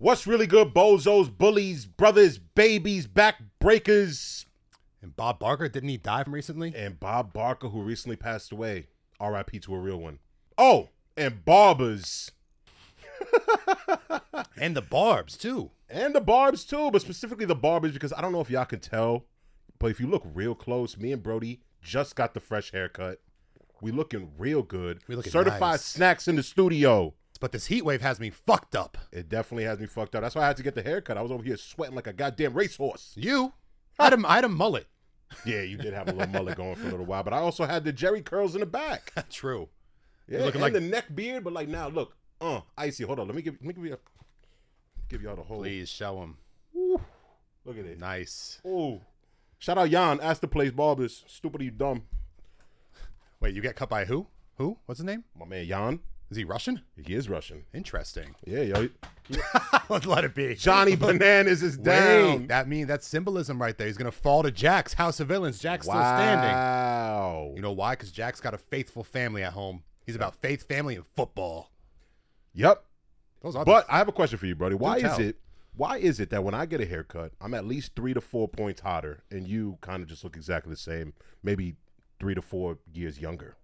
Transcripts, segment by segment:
What's really good, bozos, bullies, brothers, babies, backbreakers, And Bob Barker, didn't he die from recently? and Bob Barker, who recently passed away. R.I.P. to a real one. Oh, and barbers. And the Barbs, too. and the barbs too, but specifically the barbers because I don't know if y'all can tell, but if you look real close, me and Brody just got the fresh haircut. We looking real good. We looking certified nice. snacks in the studio. But this heat wave has me fucked up. It definitely has me fucked up. That's why I had to get the haircut. I was over here sweating like a goddamn racehorse. You? I had a, I had a mullet. Yeah, you did have a little mullet going for a little while, but I also had the Jerry curls in the back. True. Yeah, looking and like- the neck beard, but like now look, uh, icy. Hold on, let me give, let me give you, a, give y'all the whole. Please show him. Look at it. Nice. Ooh, shout out Jan. Ask the place barbers. Stupid, you dumb. Wait, you got cut by who? Who? What's his name? My man Jan, Is he Russian? he is Russian. Interesting. Yeah, yo. Let's let it be. Johnny Bananas is down. Wait, that means that's symbolism right there. He's gonna fall to Jack's House of Villains. Jack's still standing. Wow. You know why? Because Jack's got a faithful family at home. He's about faith, family, and football. Yep. Those are But I have a question for you, buddy. Why Do is tell. it? Why is it that when I get a haircut, I'm at least three to four points hotter, and you kind of just look exactly the same, maybe three to four years younger?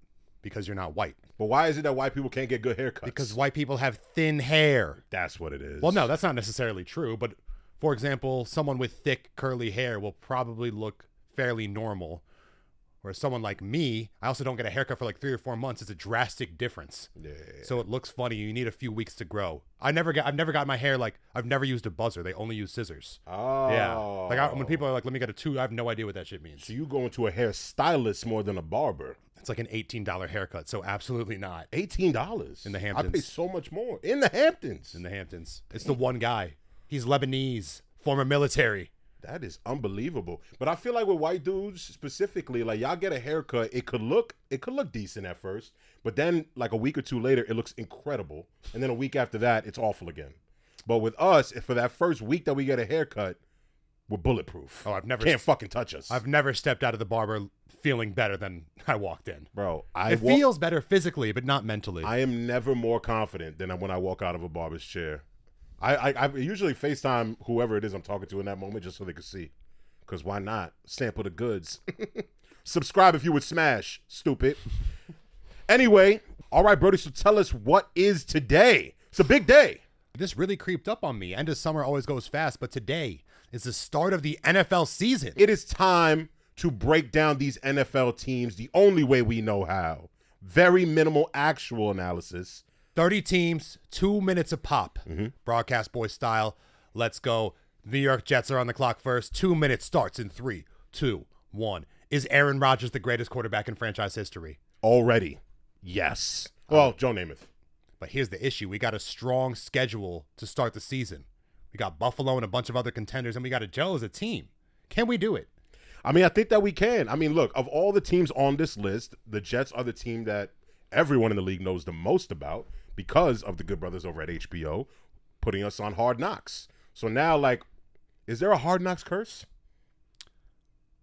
because you're not white. But why is it that white people can't get good haircuts? Because white people have thin hair. that's what it is. Well, no, that's not necessarily true. But for example, someone with thick, curly hair will probably look fairly normal. Whereas someone like me, I also don't get a haircut for like three or four months. It's a drastic difference. Yeah. So it looks funny. You need a few weeks to grow. I never got. I've never got my hair like. I've never used a buzzer. They only use scissors. Oh. Yeah. Like I, when people are like, "Let me get a two, I have no idea what that shit means. So you go into a hairstylist more than a barber. It's like an eighteen dollar haircut. So absolutely not Eighteen dollars In the I pay Hamptons. so much more in the Hamptons. in the Hamptons. It's the one guy. He's Lebanese, former military. That is unbelievable. But I feel like with white dudes specifically, like y'all get a haircut, it could look it could look decent at first, but then like a week or two later, it looks incredible, and then a week after that, it's awful again. But with us, if for that first week that we get a haircut, we're bulletproof. Oh, I've never can't fucking touch us. I've never stepped out of the barber feeling better than I walked in. bro, I It wa- feels better physically, but not mentally. I am never more confident than when I walk out of a barber's chair. I, I, I usually FaceTime whoever it is I'm talking to in that moment just so they can see. Because why not? Sample the goods. Subscribe if you would smash, stupid. anyway, all right, Brody, so tell us what is today? It's a big day. this really creeped up on me. End of summer always goes fast, but today is the start of the NFL season. It is time to break down these NFL teams the only way we know how. Very minimal actual analysis. 30 teams, two minutes a pop. Mm-hmm. Broadcast boy style. Let's go. New York Jets are on the clock first. Two minutes starts in three, two, one. Is Aaron Rodgers the greatest quarterback in franchise history? Already. Yes. Well, Joe Namath. But here's the issue we got a strong schedule to start the season. We got Buffalo and a bunch of other contenders, and we got a Joe as a team. Can we do it? I mean, I think that we can. I mean, look, of all the teams on this list, the Jets are the team that everyone in the league knows the most about because of the good brothers over at HBO putting us on Hard Knocks. So now, like, is there a Hard Knocks curse?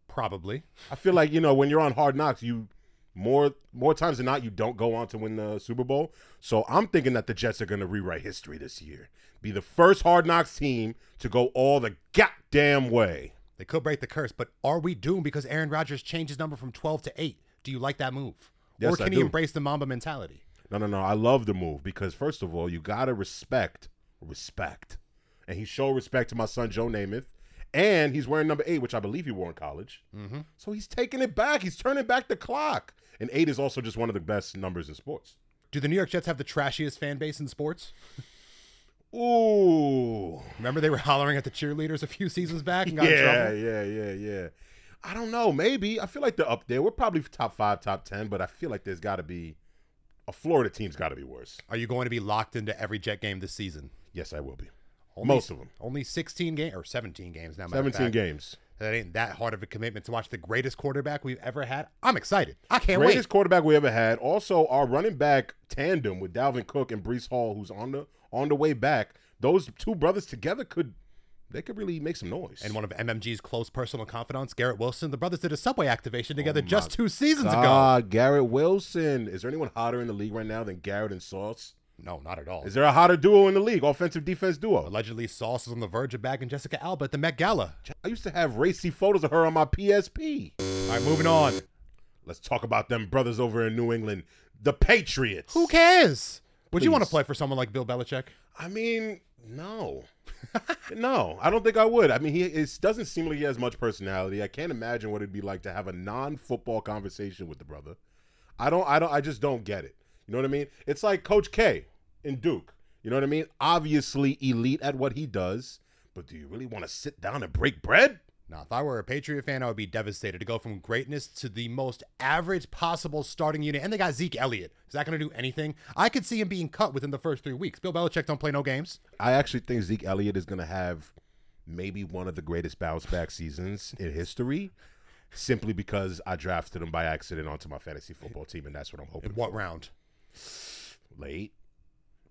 Probably. I feel like you know when you're on Hard Knocks, you more more times than not you don't go on to win the Super Bowl. So I'm thinking that the Jets are going to rewrite history this year, be the first Hard Knocks team to go all the goddamn way. They could break the curse, but are we doomed because Aaron Rodgers changed his number from 12 to 8? Do you like that move? Yes, or can I he do. embrace the Mamba mentality? No, no, no. I love the move because first of all, you gotta respect respect, and he showed respect to my son Joe Namath, and he's wearing number eight, which I believe he wore in college. Mm-hmm. So he's taking it back. He's turning back the clock, and eight is also just one of the best numbers in sports. Do the New York Jets have the trashiest fan base in sports? Ooh, Remember they were hollering at the cheerleaders a few seasons back and got in yeah, trouble? yeah, yeah, yeah. I don't know. Maybe I feel like they're up there. We're probably top five, top ten, but I feel like there's got to be a Florida team's got to be worse. Are you going to be locked into every Jet game this season? Yes, I will be. Only- Most of them. Only 16 games or 17 games now. matter of Seventeen fact. games. That ain't that hard of a commitment to watch the greatest quarterback we've ever had. I'm excited. I can't greatest quarterback we ever had. Also, our running back tandem with Dalvin Cook and Brees Hall, who's on the on the way back. Those two brothers together could they could really make some noise. wait. And one of MMG's close personal confidants, Garrett Wilson, the brothers did a subway Oh activation together Ah, just two seasons ago. God, Garrett Wilson. Is there anyone hotter in the league right now than Garrett and Sauce? No, not at all. Is there a hotter duo in the league? Offensive defense duo. Allegedly, Sauce is on the verge of bagging Jessica Alba at the Met Gala. I used to have racy photos of her on my PSP. All right, moving on. Let's talk about them brothers over in New England, the Patriots. Who cares? Would you want to Please. play for someone like Bill Belichick? I mean, no. no, I don't think I would. I mean, he it doesn't seem like he has much personality. I can't imagine what it'd be like to have a non-football conversation with the brother. I don't I don't I just don't get it. You know what I mean? It's like Coach K in Duke. You know what I mean? Obviously elite at what he does, but do you really want to sit down and break bread? Now, if I were a Patriot fan, I would be devastated to go from greatness to the most average possible starting unit. And they got Zeke Elliott. Is that going to do anything? I could see him being cut within the first three weeks. Bill Belichick don't play no games. I actually think Zeke Elliott is going to have maybe one of the greatest bounce back seasons in history, simply because I drafted him by accident onto my fantasy football team, and that's what I'm hoping. In what round? Late,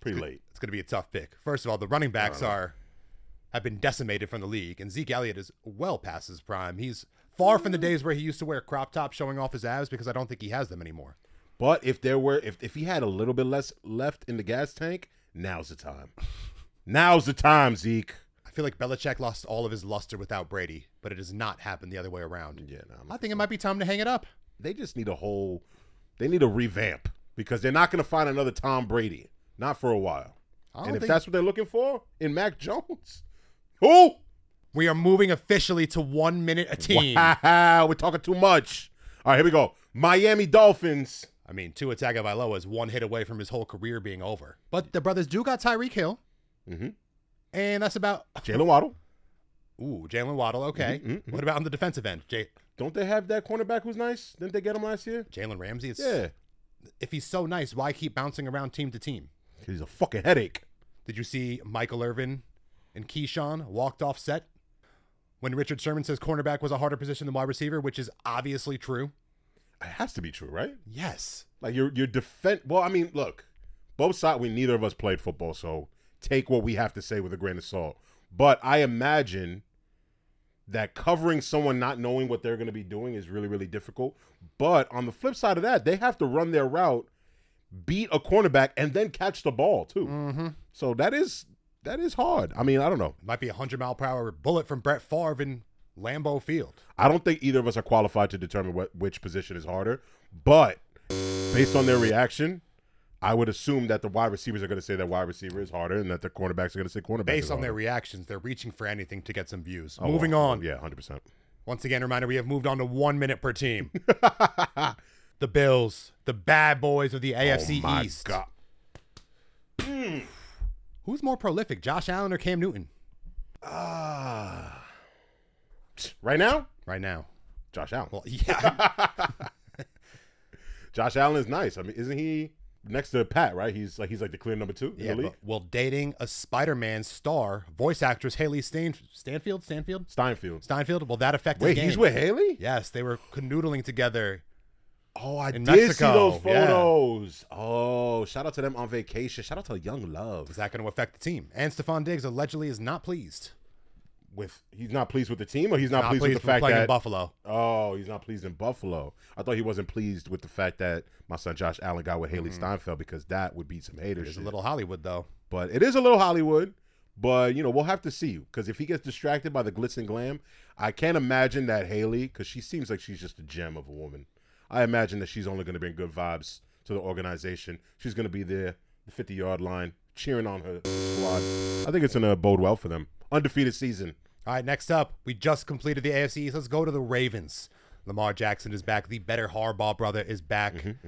pretty late. It's going to be a tough pick. First of all, the running backs are have been decimated from the league, and Zeke Elliott is well past his prime. He's far from the days where he used to wear crop tops showing off his abs because I don't think he has them anymore. But if there were, if if he had a little bit less left in the gas tank, now's the time. Now's the time, Zeke. I feel like Belichick lost all of his luster without Brady, but it has not happened the other way around. Yeah, no, I'm I not- think it might be time to hang it up. they just need a whole. They need a revamp because they're not going to find another Tom Brady, not for a while. I don't And if think- that's what they're looking for in Mac Jones, who? We are moving officially to one minute a team. Wow, we're talking too much. All right, here we go. Miami Dolphins. I mean, Tua Tagovailoa is one hit away from his whole career being over. But the brothers do got Tyreek Hill, Mhm. and that's about. Jalen Waddle. Ooh, Jalen Waddle. Okay, Mm-hmm, what about on the defensive end? J- Don't they have that cornerback who's nice? Didn't they get him last year? Jalen Ramsey. It's, Yeah. If he's so nice, why keep bouncing around team to team? He's a fucking headache. Did you see Michael Irvin and Keyshawn walked off set when Richard Sherman says cornerback was a harder position than wide receiver, which is obviously true. It has to be true, right? Yes. Like your your defense. Well, I mean, look, both sides. We neither of us played football, so take what we have to say with a grain of salt. But I imagine that covering someone not knowing what they're going to be doing is really really difficult. But on the flip side of that, they have to run their route, beat a cornerback, and then catch the ball too. So that is that is hard. I mean, I don't know. It might be a 100 mile per hour bullet from Brett Favre in Lambeau Field. I don't think either of us are qualified to determine what which position is harder, but based on their reaction, I would assume that the wide receivers are going to say that wide receiver is harder and that the cornerbacks are going to say cornerback. Based is on harder. their reactions, they're reaching for anything to get some views. Oh, Moving well, on. yeah, hundred percent. Once again, reminder we have moved on to one minute per team. the Bills, the bad boys of the AFC Oh My East. God, Who's more prolific, Josh Allen or Cam Newton? ah, right now, Right now. Josh Allen. Well, yeah. Josh Allen is nice. I mean, isn't he next to Pat? Right? He's like he's like the clear number two in yeah the league. but, well, dating a Spider Man star, voice actress Haley Stan- Stanfield? Stanfield? Steinfield. Steinfield? Will that affect his Wait, game? he's with Haley? Yes, they were canoodling together. Oh, I In did see Mexico, those yeah. photos. Oh, shout out to them on vacation. Shout out to Young Love. Is that going to affect the team? And Stephon Diggs allegedly is not pleased. with he's not pleased with the team or he's not, pleased, with the with fact playing in that Buffalo. oh he's not pleased in Buffalo. I thought he wasn't pleased with the fact that my son Josh Allen got with Haley Steinfeld because that would be some haters. There's a little Hollywood, though. But it is a little Hollywood. But you know we'll have to see because if he gets distracted by the glitz and glam, I can't imagine that Haley because she seems like she's just a gem of a woman. I imagine that she's only going to bring good vibes to the organization. She's going to be there, the fifty yard line, cheering on her squad. I think it's going to bode well for them. Undefeated season. All right, next up, we just completed the AFC East. Let's go to the Ravens. Lamar Jackson is back. The better Harbaugh brother is back. Mm-hmm,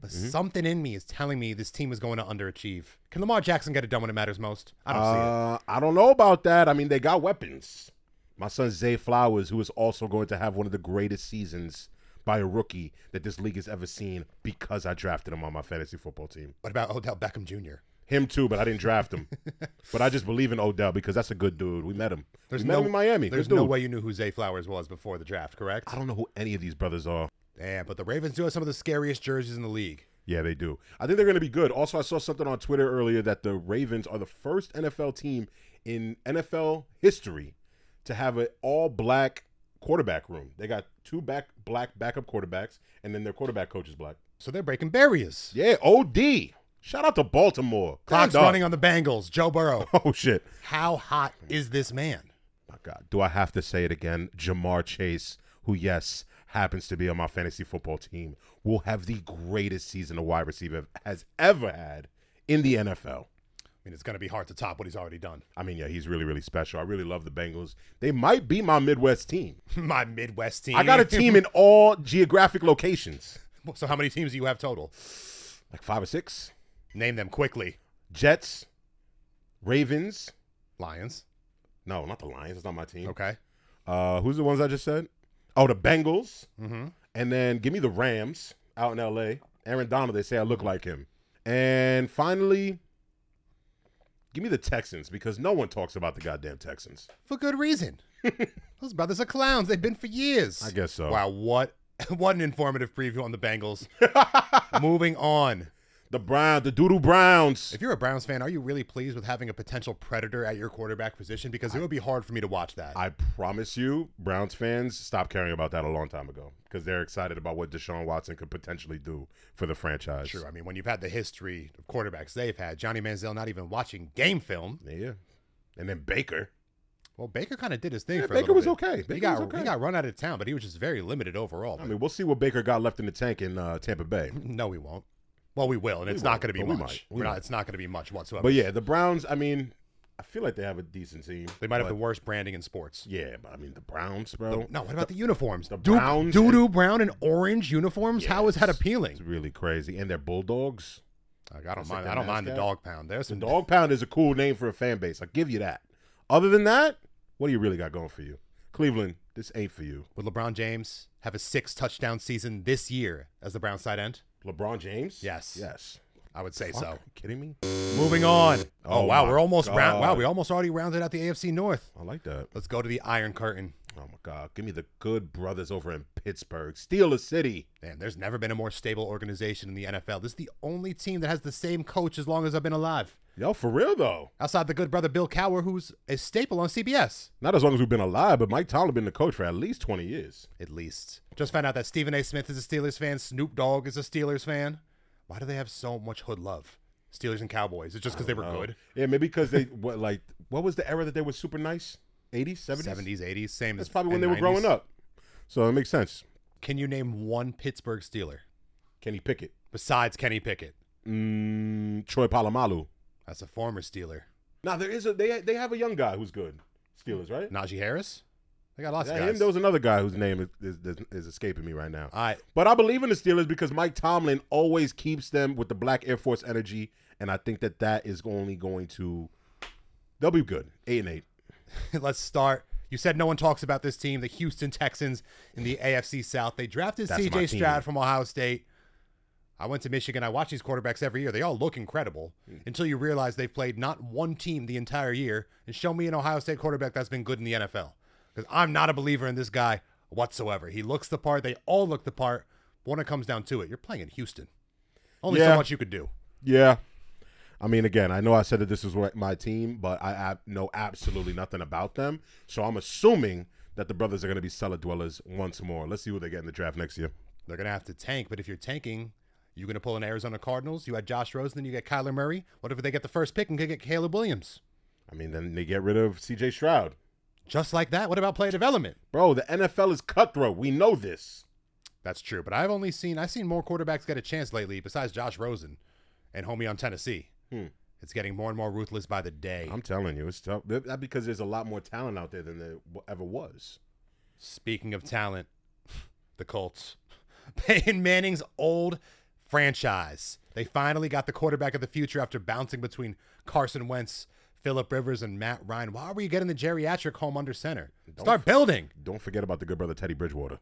but something in me is telling me this team is going to underachieve. Can Lamar Jackson get it done when it matters most? I don't see it. Uh, I don't know about that. I mean, they got weapons. My son Zay Flowers, who is also going to have one of the greatest seasons by a rookie that this league has ever seen, because I drafted him on my fantasy football team. What about Odell Beckham Jr.? Him too, but I didn't draft him. but I just believe in Odell because that's a good dude. We met him. we met him in Miami. There's Good no dude. way you knew who Zay Flowers was before the draft, correct? I don't know who any of these brothers are. Damn, but the Ravens do have some of the scariest jerseys in the league. Yeah, they do. I think they're going to be good. Also, I saw something on Twitter earlier that the Ravens are the first NFL team in NFL history to have an all-black quarterback room. They got two back black backup quarterbacks, and then their quarterback coach is black. So they're breaking barriers. Yeah, OD. Shout out to Baltimore. Grand Clock's dog. running on the Bengals. Joe Burrow. Oh shit. How hot is this man? My God. Do I have to say it again? Jamar Chase, who yes, happens to be on my fantasy football team, will have the greatest season a wide receiver has ever had in the NFL. I mean, it's going to be hard to top what he's already done. I mean, yeah, he's really, really special. I really love the Bengals. They might be my Midwest team. My Midwest team. I got a team in all geographic locations, So how many teams do you have total? like five or six. Name them quickly. Jets, Ravens. Lions. No, not the Lions. It's not my team. Okay. Uh, who's the ones I just said? Oh, the Bengals. Mm-hmm. And then give me the Rams out in LA. Aaron Donald, they say I look like him. And finally, give me the Texans because no one talks about the goddamn Texans. For good reason. Those brothers are clowns. They've been for years. I guess so. Wow, what what an informative preview on the Bengals. Moving on. The Brown, the Doodoo Browns. If you're a Browns fan, are you really pleased with having a potential predator at your quarterback position? Because it would be hard for me to watch that. I promise you, Browns fans stopped caring about that a long time ago because they're excited about what Deshaun Watson could potentially do for the franchise. True. I mean, when you've had the history of quarterbacks they've had, Johnny Manziel not even watching game film. Yeah. And then Baker. Well, Baker kind of did his thing Yeah, for Baker a little was bit. okay. he Baker got was okay. he got run out of town, but he was just very limited overall. I mean, we'll see what Baker got left in the tank in uh, Tampa Bay. no, we won't. Well, we will, and it's won't, not going to be but we much. might. We We're not- might. it's not going to be much whatsoever. But yeah, the Browns, I mean, I feel like they have a decent team. they might have but- the worst branding in sports. Yeah, but I mean, the Browns, bro. No, what about the, uniforms? the Doo- Browns doo-doo brown and orange uniforms. How is that Yes. appealing? It's really crazy. And they're Bulldogs. Like, I like don't mind. the I don't mind the mascot. dog pound. There's The some Dog Pound is a cool name for a fan base. I'll give you that. Other than that, what do you really got going for you? Cleveland, this ain't for you. Would LeBron James have a six touchdown season this year as the Browns tight end? LeBron James? Yes. Yes. I would say Fuck, so. are you kidding me? Moving on. Oh, Oh wow, my we're almost round. Wow, God. we almost already rounded out the AFC North. I like that. Let's go to the Iron Curtain. Oh my God. Give me the good brothers over in Pittsburgh. Steal a city. Man, there's never been a more stable organization in the NFL. This is the only team that has the same coach as long as I've been alive. Yo, for real though. Outside the good brother Bill Cower, who's a staple on CBS, Not as long as we've been alive, but Mike Tomlin been the coach for at least 20 years. at least. Just found out that Stephen A. Smith is a Steelers fan. Snoop Dogg is a Steelers fan. Why do they have so much hood love? Steelers and Cowboys. It's just because they were Oh. good. Yeah, maybe because they, what, like, what was the era that they were super nice? 80s, 70s? 70s, 80s, same That's as probably when and they were 90s. growing up. So it makes sense. Can you name one Pittsburgh Steeler Kenny Pickett, besides Kenny Pickett? mm, Troy Polamalu. That's a former Steeler. Now there is a they they have a young guy who's good. Steelers, right? Najee Harris? They got lots Yeah, of guys. him, there was another guy whose name is, is, is escaping me right now. All right. But I believe in the Steelers because Mike Tomlin always keeps them with the Black Air Force energy, and I think that that is only going to they'll be good. Eight and eight. Let's start. You said no one talks about this team, the Houston Texans in the AFC South. They drafted That's my CJ team. Stroud from Ohio State. I went to Michigan. I watch these quarterbacks every year. They all look incredible until you realize they've played not one team the entire year. And show me an Ohio State quarterback that's been good in the NFL. Because I'm not a believer in this guy whatsoever. He looks the part. They all look the part. But when it comes down to it, you're playing in Houston. Only so Yeah. much you could do. Yeah. I mean, again, I know I said that this is what my team, but I ab- know absolutely nothing about them. So I'm assuming that the brothers are going to be cellar dwellers once more. Let's see who they get in the draft next year. They're going to have to tank, but if you're tanking, you're going to pull an Arizona Cardinals. You had Josh Rosen, then you get Kyler Murray. What if they get the first pick and could get Caleb Williams? I mean, then they get rid of CJ Stroud. Just like that. What about player development? Bro, the NFL is cutthroat. We know this. That's true, but I've only seen I've seen more quarterbacks get a chance lately besides Josh Rosen and homie on Tennessee. Hmm. It's getting more and more ruthless by the day. I'm telling you, it's tough. That that because there's a lot more talent out there than there w- ever was. Speaking of talent, the Colts. Peyton Manning's old franchise. They finally got the quarterback of the future after bouncing between Carson Wentz, Philip Rivers, and Matt Ryan. Why were you getting the geriatric home under center? Start building. Don't forget about the good brother Teddy Bridgewater.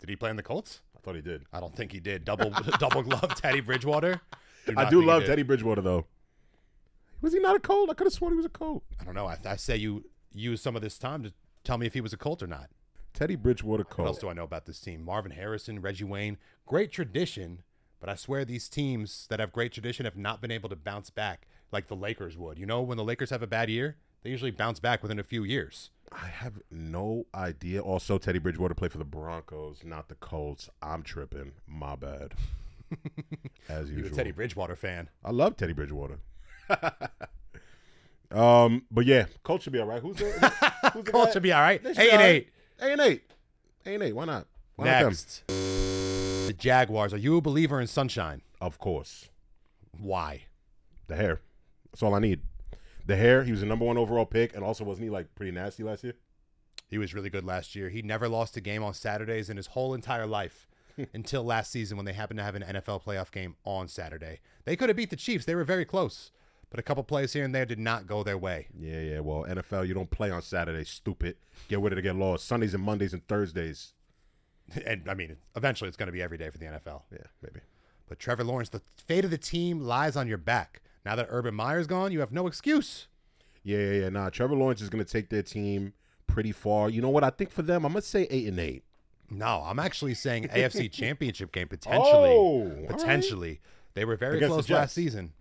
Did he play in the Colts? I thought he did. I don't think he did. Double double glove Teddy Bridgewater. I not do think he love did. Teddy Bridgewater though. Was he not a cold? I could have sworn he was a cold. I don't know. I, I say you use some of this time to tell me if he was a Colt or not. Teddy Bridgewater What else cold. do I know about this team? Marvin Harrison, Reggie Wayne, great tradition, but I swear these teams that have great tradition have not been able to bounce back like the Lakers would. You know, when the Lakers have a bad year, they usually bounce back within a few years. I have no idea. Also, Teddy Bridgewater played for the Broncos, not the Colts. I'm tripping. My bad. as You're a usual. Teddy Bridgewater fan. I love Teddy Bridgewater. um, but yeah, Colt should be all right. Who's the, who's the Colt guy? should be all right. They should Eight be all and right. eight. Eight and eight. Eight and eight. Why not? Why not them? Next, the Jaguars. Are you a believer in sunshine? Of course. Why? The hair. That's all I need. The hair. He was the number one overall pick, and also wasn't he like pretty nasty last year? He was really good last year. He never lost a game on Saturdays in his whole entire life Hmm. until last season when they happened to have an NFL playoff game on Saturday. They could have beat the Chiefs. They were very close, but a couple plays here and there did not go their way. Yeah, yeah. Well, NFL, you don't play on Saturday. Stupid. Get rid of it. Get lost. Sundays and Mondays and Thursdays. And I mean, eventually it's going to be every day for the NFL. Yeah, maybe. But Trevor Lawrence, the fate of the team lies on your back. Now that Urban Meyer's gone, you have no excuse. Yeah, yeah, yeah. Nah, Trevor Lawrence is gonna take their team pretty far. You know what? I think for them, I'm gonna say eight and eight. No, I'm actually saying AFC Championship game potentially. Oh, all right. potentially. They were very Against the close Jets. last season.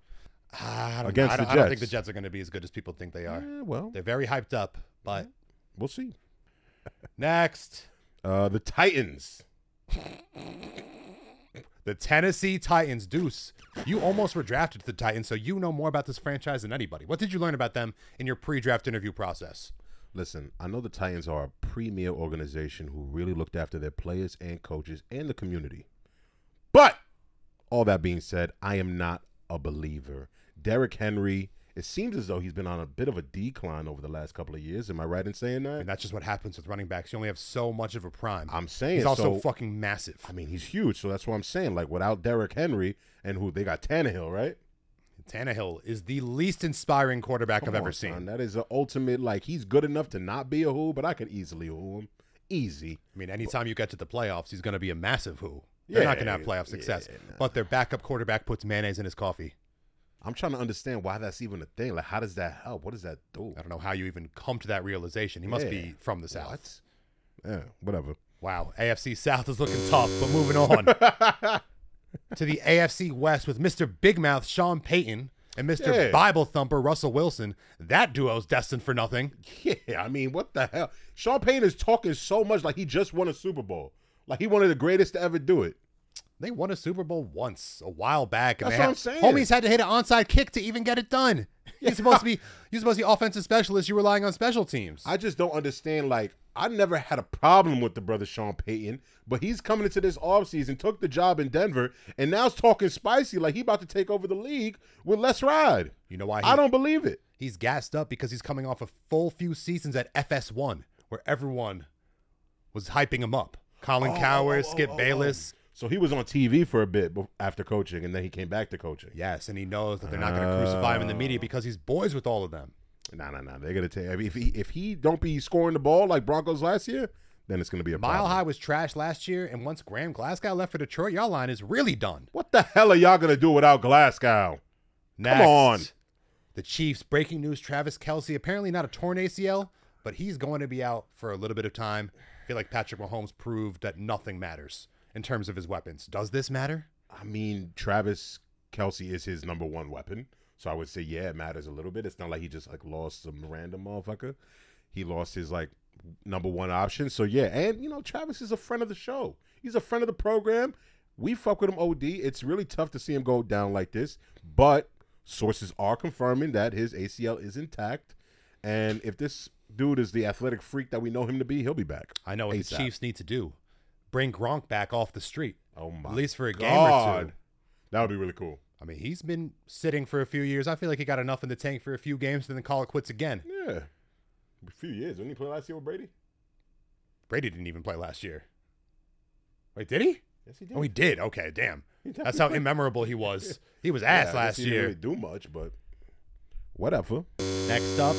Ah, I don't, Against I don't, the I don't think the Jets. Jets are going to be as good as people think they are. Yeah, Eh, well, They're very hyped up, but we'll see. next, Uh, the Titans. the Tennessee Titans. Deuce, you almost were drafted to the Titans, so you know more about this franchise than anybody. What did you learn about them in your pre-draft interview process? Listen, I know the Titans are a premier organization who really looked after their players and coaches and the community. But all that being said, I am not a believer. Derrick Henry, it seems as though he's been on a bit of a decline over the last couple of years. Am I right in saying And that? that's just what happens with running backs. You only have so much of a prime. I'm saying He's also so- fucking massive. I mean, he's huge, so that's what I'm saying. Like without Derrick Henry and who they got Tannehill, right? Tannehill is the least inspiring quarterback Come I've ever on, seen. son. That is the ultimate. Like he's good enough to not be a who, but I could easily who him. Easy. I mean, anytime you get to the playoffs, he's going to be a massive who. They're not going to have Yeah, playoff yeah, success. nah. But their backup quarterback puts mayonnaise in his coffee. I'm trying to understand why that's even a thing. Like, how does that help? What does that do? I don't know how you even come to that realization. He must Yeah. be from the South. What? Yeah, whatever. Wow. AFC South is looking tough, but moving on to the AFC West with Mr. Big Mouth Sean Payton and Mr. Yeah. Bible Thumper Russell Wilson. That duo's destined for nothing. Yeah, I mean, what the hell? Sean Payne is talking so much like he just won a Super Bowl. Like he one of the greatest to ever do it. They won a Super Bowl once a while back. and That's they what had- I'm saying. Homies had to hit an onside kick to even get it done. You're supposed to be you're supposed to be offensive specialist. You're relying on special teams. I just don't understand. Like, I never had a problem with the brother Sean Payton, but he's coming into this offseason, took the job in Denver, and now now's talking spicy like he about to take over the league with Les Ride. you know why? He, I don't believe it. He's gassed up because he's coming off a full few seasons at FS1, where everyone was hyping him up. Colin Oh, Cowher, oh, oh, Skip oh, oh. Bayless. So he was on TV for a bit bef- after coaching, and then he came back to coaching. Yes, and he knows that they're not going to crucify him in the Oh. media because he's boys with all of them. No, no, no. They're gonna take. I mean, if he if he don't be scoring the ball like Broncos last year, then it's gonna be a Mile problem. High was trash last year, and once Graham Glasgow left for Detroit, y'all line is really done. What the hell are y'all gonna do without Glasgow? Next, on. The Chiefs. Breaking news: Travis Kelsey apparently not a torn ACL, but he's going to be out for a little bit of time. I feel like Patrick Mahomes proved that nothing matters in terms of his weapons. Does this matter? I mean, Travis Kelsey is his number one weapon, so I would say yeah, it matters a little bit. It's not like he just like lost some random motherfucker. He lost his like number one option. So yeah, and you know, Travis is a friend of the show. He's a friend of the program. We fuck with him OD. It's really tough to see him go down like this, but sources are confirming that his ACL is intact. And if this dude is the athletic freak that we know him to be, he'll be back. I know what the ASAP. Chiefs need to do. Bring Gronk back off the street. Oh my At least for a game or God. two. That would be really cool. I mean, he's been sitting for a few years. I feel like he got enough in the tank for a few games and then call it quits again. Yeah. A few years. Didn't he play last year with Brady? Brady didn't even play last year. Wait, did he? Yes, he did. Oh, he did. Okay, damn. He definitely That's how played. immemorable he was. He was Yeah, I ass guess last he didn't year. really do much, but whatever. Next up,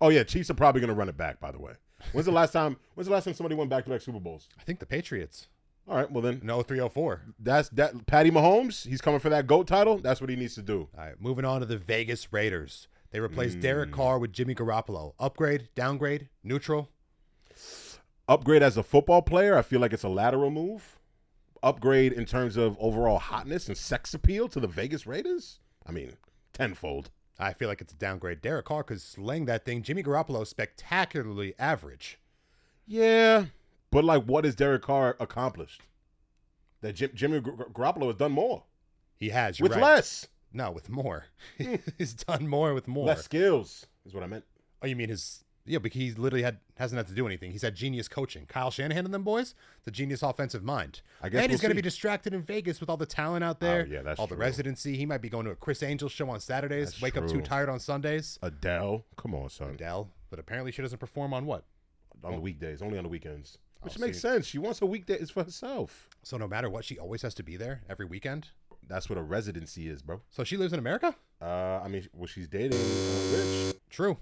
Oh yeah, Chiefs are probably gonna run it back. By the way, when's the last time? When's the last time somebody went back to back Super Bowls? I think the Patriots. All right, well then No, 304. that's that. Patty Mahomes, he's coming for that goat title. That's what he needs to do. All right, moving on to the Vegas Raiders. They replaced Mm. Derek Carr with Jimmy Garoppolo. Upgrade, downgrade, neutral. Upgrade as a football player. I feel like it's a lateral move. Upgrade in terms of overall hotness and sex appeal to the Vegas Raiders. I mean, tenfold. I feel like it's a downgrade. Derek Carr could sling that thing. Jimmy Garoppolo is spectacularly average. Yeah, but like, what has Derek Carr accomplished? that Jim, Jimmy Gar- Garoppolo has done more He has. You're with right. less, Hmm. No, with more. he's done more with more. less skills is what I meant. Oh, you mean his? Yeah, but he literally had hasn't had to do anything. He's had genius coaching. Kyle Shanahan and them boys, the genius offensive mind. I guess and he's we'll going see. to Oh, be distracted in Vegas with all the talent out there. yeah, that's all the true. residency. He might be going to a Chris Angel show on Saturdays. That's wake up too true. tired on Sundays. Adele, come on, son. Adele, but apparently she doesn't perform on what. On the weekdays, only on the weekends, which Oh, makes see. sense. She wants her weekdays for herself. So no matter what, she always has to be there every weekend. That's what a residency is, bro. So she lives in America. Uh, I mean, well, she's dating uh, Rich, True.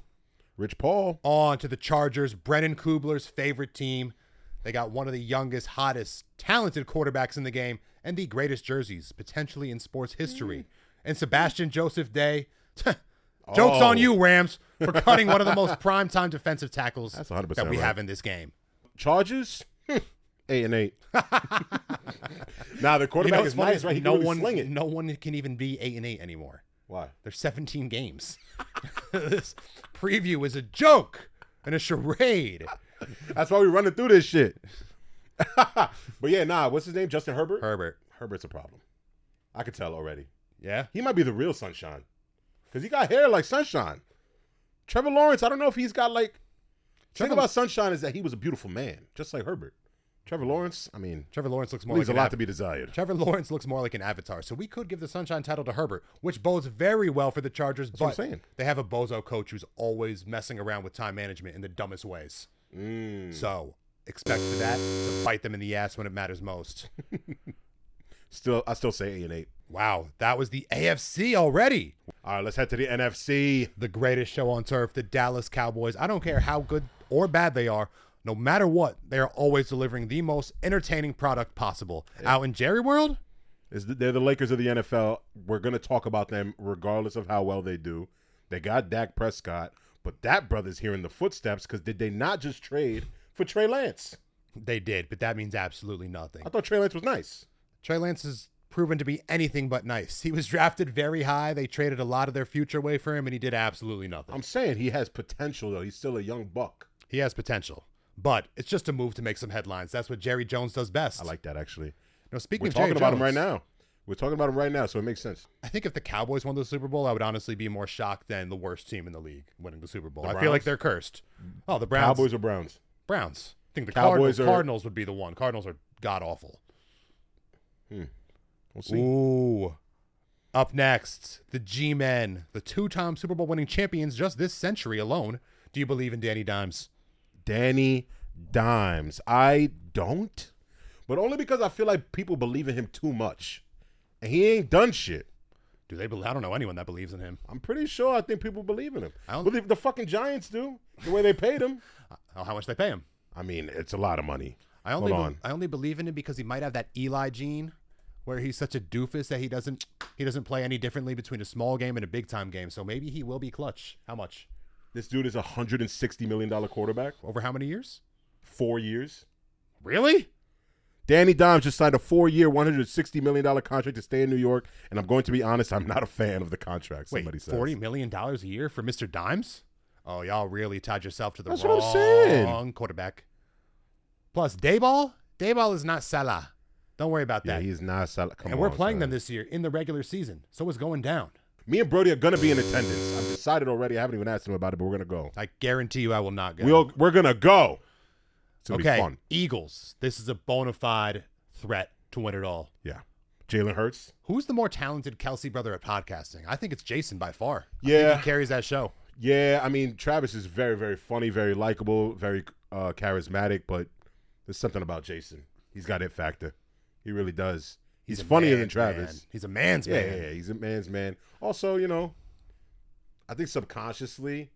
Rich Paul. On to the Chargers, Brennan Kubler's favorite team. They got one of the youngest, hottest, talented quarterbacks in the game and the greatest jerseys potentially in sports history. Mm. And Sebastian Joseph Day. Jokes on Oh. you, Rams, for cutting one of the most primetime defensive tackles That's 100% that we right. have in this game. Chargers, Hmm. eight and eight. now the You quarterback know, it's is funny, nice, right? He no can really one, sling it. no one can even be eight and eight anymore. Why? There's 17 games. this preview is a joke and a charade. That's why we're running through this shit. but yeah, nah. What's his name? Justin Herbert. Herbert. Herbert's a problem. I could tell already. Yeah. He might be the real sunshine, cause he got hair like sunshine. Trevor Lawrence. I don't know if he's got like. The thing Trevor- about sunshine is that he was a beautiful man, just like Herbert. Trevor Lawrence. I mean, Trevor Lawrence looks more leaves like a an lot to be desired. Trevor Lawrence looks more like an avatar, so we could give the Sunshine title to Herbert, which bodes very well for the Chargers. what but I'm saying. they have a bozo coach who's always messing around with time management in the dumbest ways. Mm. So expect for that to bite them in the ass when it matters most. Still, I still say eight and eight. wow, that was the AFC already. All right, let's head to the NFC. The greatest show on turf, the Dallas Cowboys. I don't care how good or bad they are. No matter what, they are always delivering the most entertaining product possible. Out in Jerry World, Is th- they're the Lakers of the NFL. We're gonna talk about them regardless of how well they do. They got Dak Prescott, but that brother's here in the footsteps because did they not just trade for Trey Lance? they did, but that means absolutely nothing. I thought Trey Lance was nice. Trey Lance has proven to be anything but nice. He was drafted very high. They traded a lot of their future away for him, and he did absolutely nothing. I'm saying he has potential though. He's still a young buck. He has potential, but it's just a move to make some headlines. That's what Jerry Jones does best. I like that actually. No, speaking We're of Jerry talking about Jones, him right now. We're talking about him right now, so it makes sense. I think if the Cowboys won the Super Bowl, I would honestly be more shocked than the worst team in the league winning the Super Bowl. I feel Browns? like they're cursed. Oh, the Browns. Cowboys or Browns? Browns. I think the Cowboys Cowboys Cardinals, are- Cardinals would be the one. Cardinals are god awful. We'll see. Ooh. Up next, the G Men, the two time Super Bowl winning champions just this century alone. Do you believe in Danny Dimes? Danny Dimes. I don't, but only because I feel like people believe in him too much, and he ain't done shit. Do they believe? I don't know anyone that believes in him. I'm pretty sure I think people believe in him. I don't- Well, the, the fucking Giants do the way they paid him. Oh, how much they pay him? I mean, it's a lot of money. I only Hold be- on. I only believe in him because he might have that Eli gene, where he's such a doofus that he doesn't he doesn't play any differently between a small game and a big time game. So maybe he will be clutch. How much? This dude is a hundred and sixty million dollar quarterback. Over how many years? Four years. Really? Danny Dimes just signed a four-year, one hundred sixty million dollar contract to stay in New York, and I'm going to be honest, I'm not a fan of the contract. Wait, Somebody said forty million dollars a year for Mister Dimes? Oh, y'all really tied yourself to the That's wrong what I'm saying. quarterback. Plus, Dayball, Dayball is not Salah. Don't worry about Yeah, that. he's not. Sal- come and we're on, playing son. them this year in the regular season, so it's going down. Me and Brody are gonna be in attendance. I've decided already. I haven't even asked him about it, but we're gonna go. I guarantee you, I will not go. We'll we're gonna go. It's gonna okay, be fun. Eagles. This is a bona fide threat to win it all. Yeah. Jalen Hurts. Who's the more talented Kelsey brother at podcasting? I think it's Jason by far. I think Yeah. he carries that show. Yeah, I mean Travis is very, very funny, very likable, very uh, charismatic, but there's something about Jason. He's got it factor. He really does. He's, a funnier than man's man. Travis. He's a man's Yeah, man. yeah, yeah, he's a man's man. Also, you know, I think subconsciously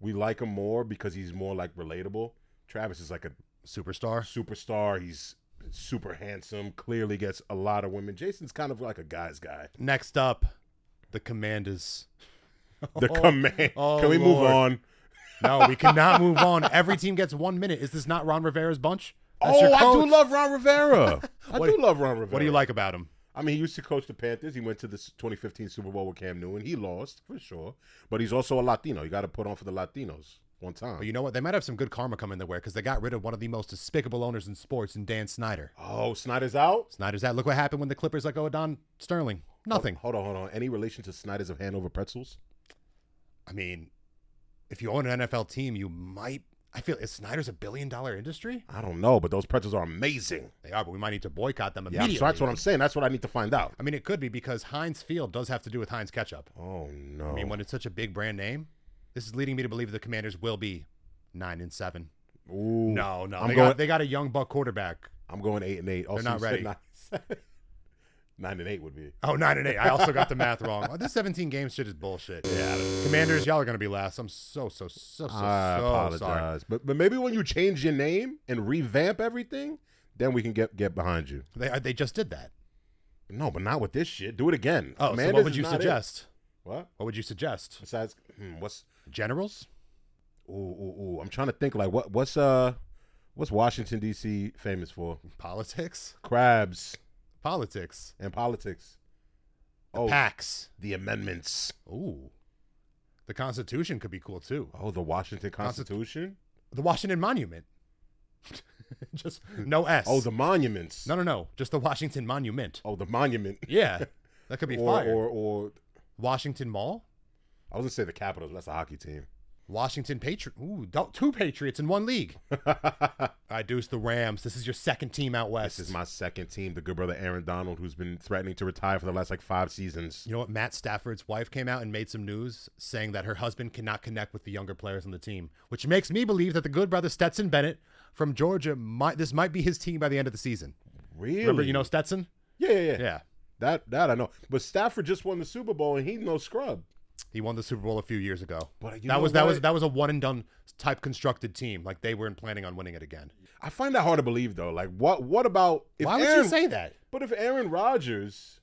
we like him more because he's more like relatable. Travis is like a Superstar. superstar. He's super handsome. Clearly gets a lot of women. Jason's kind of like a guy's guy. Next up, the Commanders. The command. oh, Can we move Lord. on? No, we cannot move on. Every team gets one minute. Is this not Ron Rivera's bunch? That's oh, your I do coach. love Ron Rivera. I What- do love Ron Rivera. What do you like about him? I mean, he used to coach the Panthers. He went to the 2015 Super Bowl with Cam Newton. He lost for sure, but he's also a Latino. You got to put on for the Latinos. one time. But Oh, you know what? They might have some good karma coming their way because they got rid of one of the most despicable owners in sports in Dan Snyder. oh, Snyder's out. Snyder's that. Look what happened when the Clippers let go of Don Sterling. Nothing. Hold on, hold on. Any relation to Snyder's of Hanover Pretzels? I mean, if you own an NFL team, you might. I feel is Snyder's a billion dollar industry? I don't know, but those pretzels are amazing. They are, but we might need to boycott them Yeah, I'm- immediately. so that's what I'm saying. That's what I need to find out. I mean, it could be because Heinz Field does have to do with Heinz ketchup. Oh no. I mean, when it's such a big brand name, this is leading me to believe the Commanders will be nine and seven. Ooh. No, no, I'm they, going. got, they got a young buck quarterback. I'm going eight and eight. Also, you not said ready. Nine, nine and eight would be. Oh, nine and eight. I also got the math wrong. Oh, this 17 game shit is bullshit. Yeah, Commanders, y'all are gonna be last. I'm so so so so I so apologize, sorry. but but maybe when you change your name and revamp everything, then we can get get behind you. They they just did that. No, but not with this shit. Do it again. Oh, so Commanders what would is you not it. suggest? What What would you suggest? besides hmm, what's Generals? ooh, ooh ooh? I'm trying to think like what what's uh what's Washington D.C. famous for? Politics? Crabs Politics. and politics. The oh, PACs. the amendments. Ooh. The Constitution could be cool too. Oh, the Washington Constitu- Constitution. The Washington Monument. just no S. Oh, the monuments. No no no. Just the Washington Monument. Oh, the monument. Yeah. That could be or, fire. or or Washington Mall? I was gonna say the Capitals. That's a hockey team. Washington Patriot. Ooh, do- two Patriots in one league. I deuce the Rams. This is your second team out west. This is my second team. The good brother Aaron Donald, who's been threatening to retire for the last like five seasons. You know what? Matt Stafford's wife came out and made some news saying that her husband cannot connect with the younger players on the team, which makes me believe that the good brother Stetson Bennett from Georgia might this might be his team by the end of the season. Really? Remember, you know Stetson? Yeah, yeah, yeah, Yeah. That that I know. But Stafford just won the Super Bowl and he's no scrub. He won the Super Bowl a few years ago. But you that know was that was what? that was a one and done type constructed team. Like they weren't planning on winning it again. I find that hard to believe though. Like what what about if Why would Aaron, you say that? But if Aaron Rodgers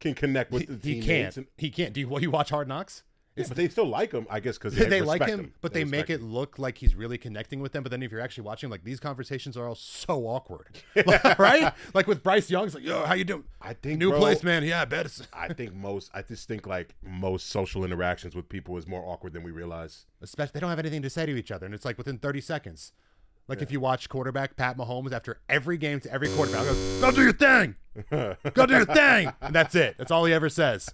can connect with He, the he teammates, can't. and- He can't. Do you, what, you watch Hard Knocks? yeah, but they still like him, I guess, because they, like him, but they, make it look like he's really connecting with them. But then if you're actually watching, like these conversations are all so awkward, right? Like with Bryce Young, it's like, "Yo, how you doing? I think New bro, place, man. Yeah, I bet it's I think most. I just think like most social interactions with people is more awkward than we realize. especially they don't have anything to say to each other, and it's like within 30 seconds. Like if you watch quarterback Pat Mahomes after every game to every quarterback, goes, "Go do your thing, go do your thing," and that's it. That's all he ever says.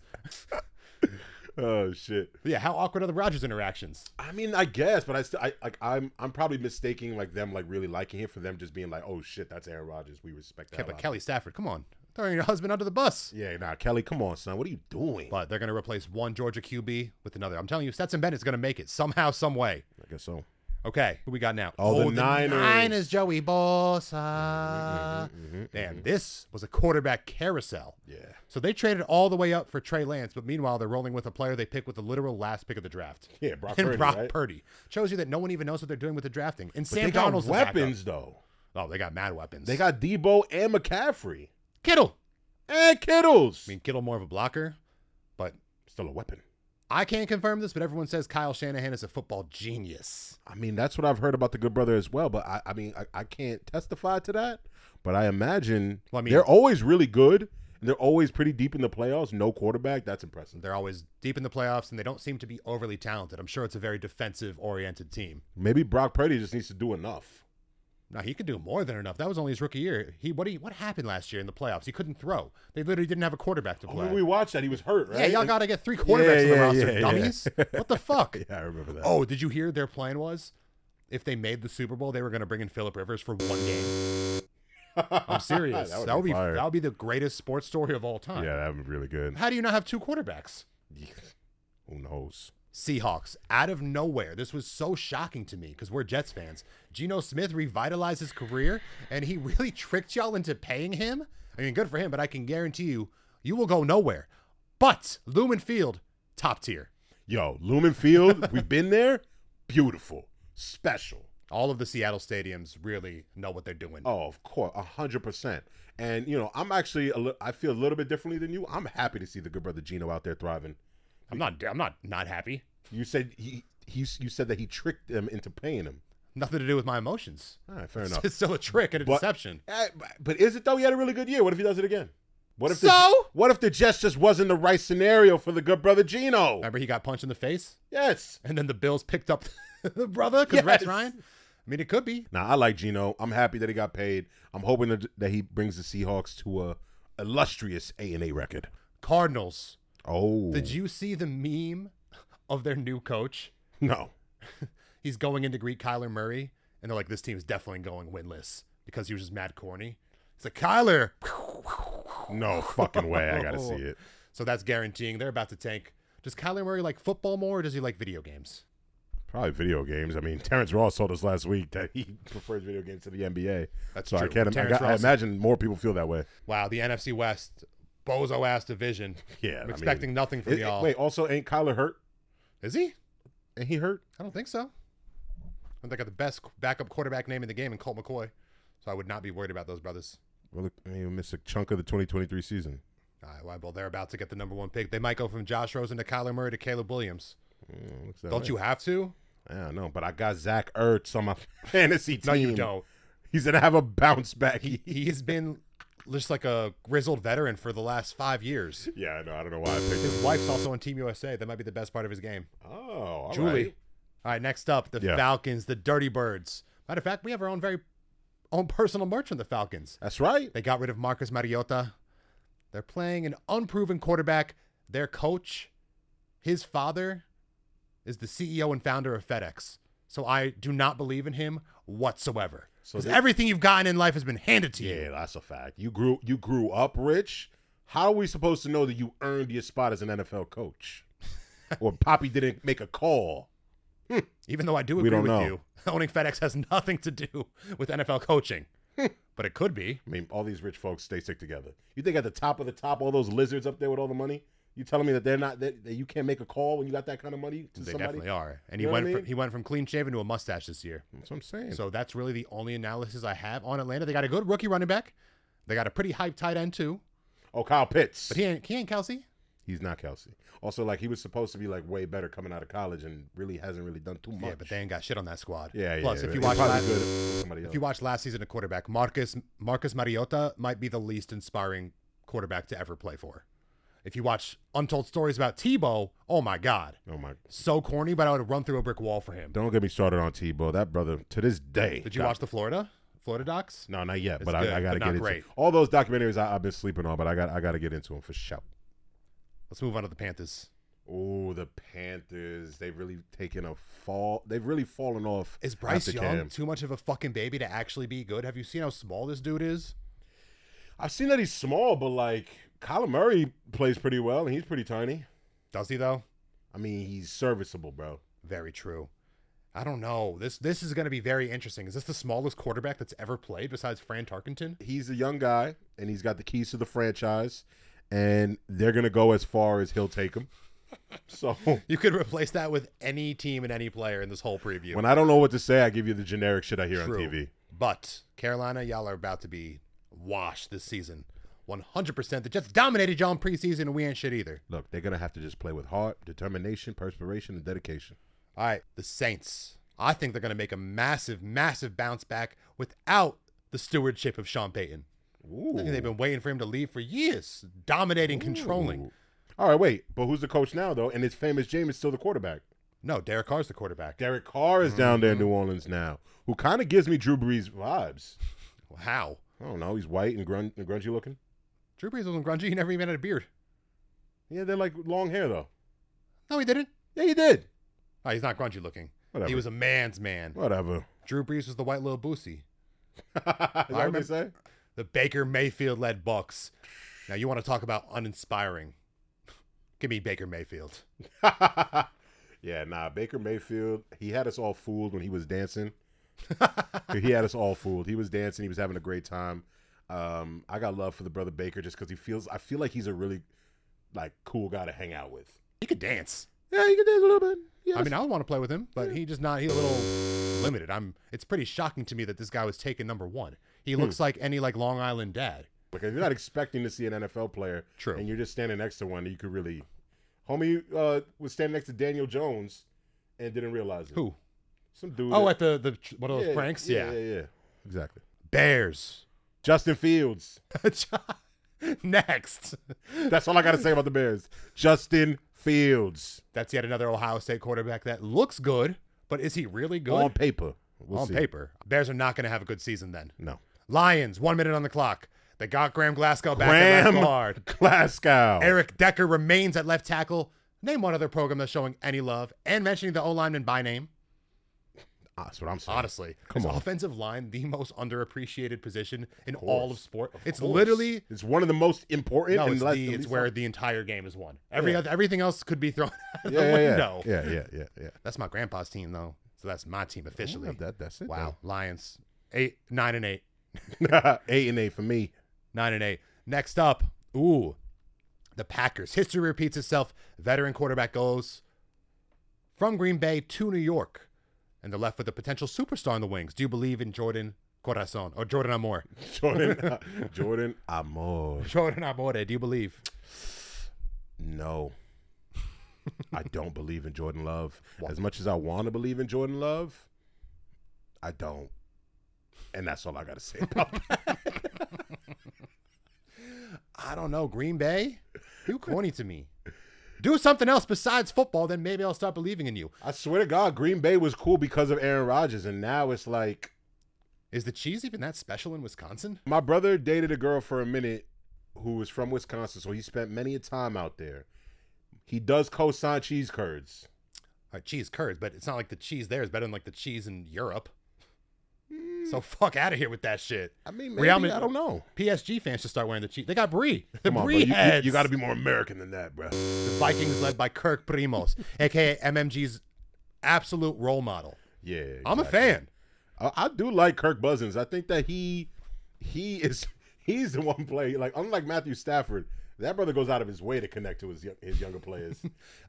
Oh shit. But yeah, how awkward are the Rogers interactions? I mean, I guess, but I still, I like, I'm, I'm probably mistaking like them like really liking him for them just being like, oh shit, that's Aaron Rodgers. We respect that. Yeah, a but lot." Kelly Stafford, come on, throwing your husband under the bus. yeah, nah, Kelly, come on, son, what are you doing? But they're going to replace one Georgia QB with another. I'm telling you, Stetson Bennett's going to make it somehow, some way. I guess so. Okay, who we got now? Oh, the Niners. Niners, Joey Uh, Bosa. Damn, this was a quarterback carousel. Yeah. So they traded all the way up for Trey Lance, but meanwhile they're rolling with a player they pick with the literal last pick of the draft. Yeah, Brock and Purdy, Brock right? Purdy shows you that no one even knows what they're doing with the drafting. And they Sam got Donald's the backup. weapons though. Oh, they got mad weapons. They got Debo and McCaffrey Kittle. and Kittles. I mean, Kittle more of a blocker, but still a weapon. I can't confirm this. But everyone says Kyle Shanahan is a football genius. I mean, that's what I've heard about the good brother as well. But I, I mean, I, I can't testify to that. But I imagine Well, I mean- they're always really good. And they're always pretty deep in the playoffs. No quarterback. That's impressive. They're always deep in the playoffs and they don't seem to be overly talented. I'm sure it's a very defensive oriented team. Maybe Brock Purdy just needs to do enough. Now he could do more than enough. That was only his rookie year. He what he, what happened last year in the playoffs? He couldn't throw. They literally didn't have a quarterback to Oh, play. we watched that. He was hurt, right? yeah, y'all And- got to get three quarterbacks yeah, on the roster, yeah, yeah. dummies. What the fuck? Yeah, I remember that. Oh, did you hear their plan was if they made the Super Bowl, they were going to bring in Philip Rivers for one game. I'm serious. That that would would, be be fire. that would be the greatest sports story of all time. yeah, that would be really good. How do you not have two quarterbacks? Who knows? Seahawks out of nowhere. This was so shocking to me because we're Jets fans. Geno Smith revitalized his career and he really tricked y'all into paying him. I mean, good for him, but I can guarantee you, you will go nowhere. But Lumen Field, top tier. Yo, Lumen Field, we've been there. Beautiful, special. All of the Seattle stadiums really know what they're doing. Oh, of course, a hundred percent. And you know, I'm actually, a li- I feel a little bit differently than you. I'm happy to see the good brother Gino out there thriving. I'm not. I'm not not happy. You said he, he you said that he tricked them into paying him. Nothing to do with my emotions. All right, fair It's- enough. It's still a trick and a But- deception. Eh, but- but is it though? He had a really good year. What if he does it again? What if the, So? what if the Jets just wasn't the right scenario for the good brother Gino? Remember, he got punched in the face, Yes. and then the Bills picked up the brother? Because Rex Yes. Ryan? I mean, it could be. Now I like Gino. I'm happy that he got paid. I'm hoping that, that he brings the Seahawks to a illustrious A and A record. Cardinals. Oh Did you see the meme of their new coach? no, He's going in to greet Kyler Murray, and they're like, this team's definitely going winless because he was just mad corny. It's like, Kyler! no fucking way. I gotta see it. So that's guaranteeing they're about to tank. Does Kyler Murray like football more or does he like video games? Probably video games. I mean, Terrence Ross told us last week that he prefers video games to the NBA. That's so I true. can't. I, Terrence got- I Ross- imagine more people feel that way. Wow, the NFC West, bozo ass division. Yeah, I I'm mean- expecting nothing from It- it- y'all. wait, also ain't Kyler hurt? Is he? Ain't he hurt? I don't think so. I think they got the best qu- backup quarterback name in the game in Colt McCoy, so I would not be worried about those brothers. Well, look, I mean, we missed a chunk of the 2023 season. All right, well, well, they're about to get the number one pick. They might go from Josh Rosen to Kyler Murray to Caleb Williams. Mm, looks that Don't way. you have to? I don't know, but I got Zach Ertz on my fantasy team. No, you don't. He's gonna have a bounce back. He has been just like a grizzled veteran for the last five years. yeah, I know. I don't know why I picked him. His wife's also on Team USA. That might be the best part of his game. Oh, all Julie. right. All right, next up, the Yeah. Falcons, the Dirty Birds. Matter of fact, we have our own very own personal merch on the Falcons. That's right. They got rid of Marcus Mariota. They're playing an unproven quarterback. Their coach, his father, is the CEO and founder of FedEx. So I do not believe in him whatsoever. So Because they- everything you've gotten in life has been handed to you. Yeah, that's a fact. You grew you grew up rich. How are we supposed to know that you earned your spot as an NFL coach? or Poppy didn't make a call. Even though I do We agree don't with know. you, owning FedEx has nothing to do with NFL coaching. but it could be. I mean, all these rich folks stay stick together. You think at the top of the top, all those lizards up there with all the money, you telling me that they're not that, that you can't make a call when you got that kind of money to They somebody? definitely are. And You he know what went I from, mean? he went from clean shaven to a mustache this year. That's what I'm saying. So that's really the only analysis I have on Atlanta. They got a good rookie running back. They got a pretty hype tight end too. oh, Kyle Pitts. But he ain't, he ain't Kelsey. He's not Kelsey. Also, like he was supposed to be like way better coming out of college, and really hasn't really done too much. Yeah, but they ain't got shit on that squad. yeah, Plus, yeah, if you he's watch probably last, good with somebody if else. you watch last season of quarterback, Marcus Marcus Mariota might be the least inspiring quarterback to ever play for. If you watch Untold Stories about Tebow, oh my God, oh my! so corny, but I would run through a brick wall for him. Don't get me started on Tebow. That brother to this day. Did you watch the Florida Florida docs? No, not yet. But good, I, I got to but not get into great. all those documentaries I, I've been sleeping on. But I got I got to get into them for sure. Let's move on to the Panthers. Oh, the Panthers. They've really taken a fall. They've really fallen off. Is Bryce after Young Cam. too much of a fucking baby to actually be good? Have you seen how small this dude is? I've seen that he's small, but like Kyler Murray plays pretty well, and he's pretty tiny. Does he though? I mean, he's serviceable, bro. Very true. I don't know. This this is going to be very interesting. Is this the smallest quarterback that's ever played besides Fran Tarkenton? He's a young guy, and he's got the keys to the franchise, and they're gonna go as far as he'll take him. So You could replace that with any team and any player in this whole preview. when I don't know what to say, I give you the generic shit I hear True. on TV. But Carolina, y'all are about to be washed this season. 100%. The Jets dominated y'all in preseason, and we ain't shit either. Look, they're gonna have to just play with heart, determination, perspiration, and dedication. All right, the Saints. I think they're going to make a massive, massive bounce back without the stewardship of Sean Payton. I think they've been waiting for him to leave for years, dominating, controlling. Ooh. All right, wait, but who's the coach now though? And it's famous James still the quarterback. No, Derek Carr's the quarterback. Derek Carr is down there in Mm-hmm. New Orleans now, who kind of gives me Drew Brees vibes. How? I don't know. He's white and, grun- and grungy looking. Drew Brees wasn't grungy. He never even had a beard. Yeah, they're like long hair though. No, he didn't. Yeah, he did. Oh, he's not grungy looking. Whatever. He was a man's man. Whatever. Drew Brees was the white little Boosie. Is that what they remember- say? The Baker Mayfield led Bucks. Now you want to talk about uninspiring? Give me Baker Mayfield. yeah, nah. Baker Mayfield, he had us all fooled when he was dancing. he had us all fooled. He was dancing. He was having a great time. Um, I got love for the brother Baker just because he feels. I feel like he's a really like cool guy to hang out with. He could dance. Yeah, he can dance a little bit. I mean, I would want to play with him, but he just not. He's a little limited. I'm. It's pretty shocking to me that this guy was taken number one. He looks like any like Long Island dad. because you're not expecting to see an NFL player. True. And you're just standing next to one that you could really. Homie uh, was standing next to Daniel Jones, and didn't realize it. Who? Some dude. Oh, that- at the the one of those pranks. Yeah. yeah, yeah. Exactly. Bears. Justin Fields. Next. That's all I got to say about the Bears. Justin Fields. That's yet another Ohio State quarterback that looks good, But is he really good? On paper. We'll On see. paper. Bears are not going to have a good season then. No. Lions, one minute on the clock. They got Graham Glasgow back at left guard. Graham Glasgow. Eric Decker remains at left tackle. Name one other program that's showing any love and mentioning the O lineman by name. Ah, that's what I'm saying. Honestly, Come is on. offensive line the most underappreciated position in course. all of sport? it's course. literally It's one of the most important. no, and it's, less- the, at it's least- where the entire game is won. Every Yeah. other, everything else could be thrown out Yeah, the yeah, yeah. window. Yeah, yeah, yeah, yeah. That's my grandpa's team though, so that's my team officially. Yeah, that, that's it. wow, Lions eight, nine and eight, though. eight and eight for me. nine and eight. Next up, ooh, the Packers. History repeats itself. Veteran quarterback goes from Green Bay to New York, and they're left with a potential superstar in the wings. Do you believe in Jordan Corazon or Jordan Amor? Jordan, uh, Jordan Amor. Jordan Amore, do you believe? No. I don't believe in Jordan Love. As much as I want to believe in Jordan Love, I don't. And that's all I got to say about that. I don't know, Green Bay? You corny to me. Do something else besides football, then maybe I'll start believing in you. I swear to God, Green Bay was cool because of Aaron Rodgers. And now it's like Is the cheese even that special in Wisconsin? my brother dated a girl for a minute who was from Wisconsin. So he spent many a time out there. He does co sign cheese curds. Or uh, cheese curds, but it's not like the cheese there is better than like the cheese in Europe. So fuck out of here with that shit. I mean, maybe, Real Ma- I don't know. PSG fans should start wearing the cheese. They got brie. The Come on, bro. brie You, heads. got to be more American than that, bro. the Vikings led by Kirk Primos, aka MMG's absolute role model. Yeah. I'm a exactly. fan. I, I do like Kirk Cousins. I think that he he is he's the one player. Like unlike Matthew Stafford, that brother goes out of his way to connect to his yo- his younger players.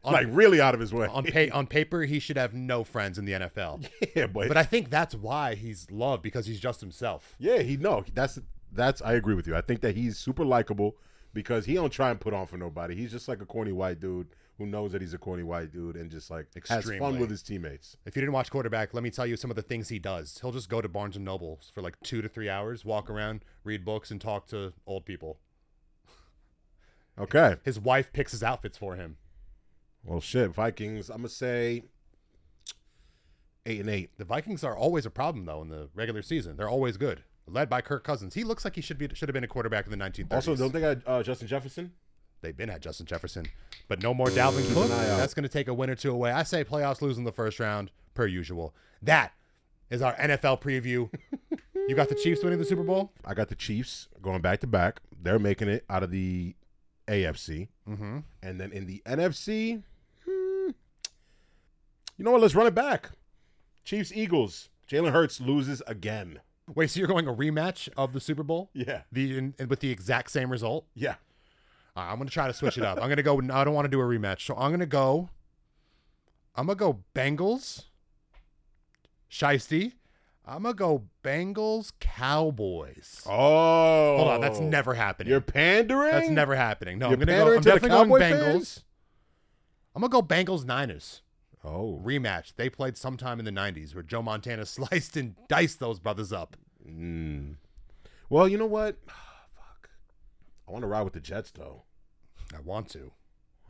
like really out of his way. On pa- on paper, he should have no friends in the NFL. yeah, but, But I think that's why he's loved because he's just himself. yeah, he no. That's that's I agree with you. I think that he's super likable because he don't try and put on for nobody. He's just like a corny white dude who knows that he's a corny white dude and just like has Extremely. fun with his teammates. If you didn't watch quarterback, let me tell you some of the things he does. He'll just go to Barnes and Nobles for like two to three hours, walk around, read books, and talk to old people. Okay. His wife picks his outfits for him. Well, shit, Vikings. I'm gonna say eight and eight. The Vikings are always a problem though in the regular season. They're always good, led by Kirk Cousins. He looks like he should be should have been a quarterback in the 1930s. Also, don't they got uh, Justin Jefferson? they've been at Justin Jefferson, but no more Dalvin Cook. eye out. That's going to take a win or two away. I say playoffs losing the first round per usual. That is our NFL preview. you got the Chiefs winning the Super Bowl. I got the Chiefs going back to back. They're making it out of the AFC. Mm-hmm. And then in the NFC, hmm, you know what? Let's run it back. Chiefs, Eagles. Jalen Hurts loses again. Wait, so you're going a rematch of the Super Bowl? Yeah. The in, with the exact same result? Yeah. All right, I'm gonna try to switch it up. I'm gonna go. I don't want to do a rematch, so I'm gonna go. I'm gonna go Bengals. Shiesty. I'm gonna go Bengals Cowboys. Oh. Hold on, that's never happening. You're pandering? that's never happening. No, You're I'm gonna go. pandering I'm to the definitely going Cowboy Bengals. fans? I'm gonna go Bengals Niners Oh. rematch. They played sometime in the '90s where Joe Montana sliced and diced those brothers up. Mm. Well, you know what? Fuck. I want to ride with the Jets, though. I want to.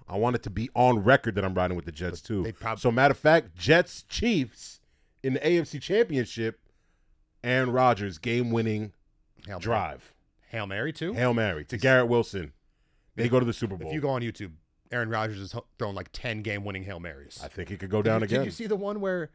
I want it to be on record that I'm riding with the Jets too. they prob- so matter of fact, Jets Chiefs in the AFC Championship, Aaron Rodgers game winning Hail, drive, Hail Mary too. hail mary to Garrett Wilson. They go to the Super Bowl. If you go on YouTube, Aaron Rodgers is ho- throwing like 10 game winning Hail Marys. I think he could go down did, you- again. Did you see the one where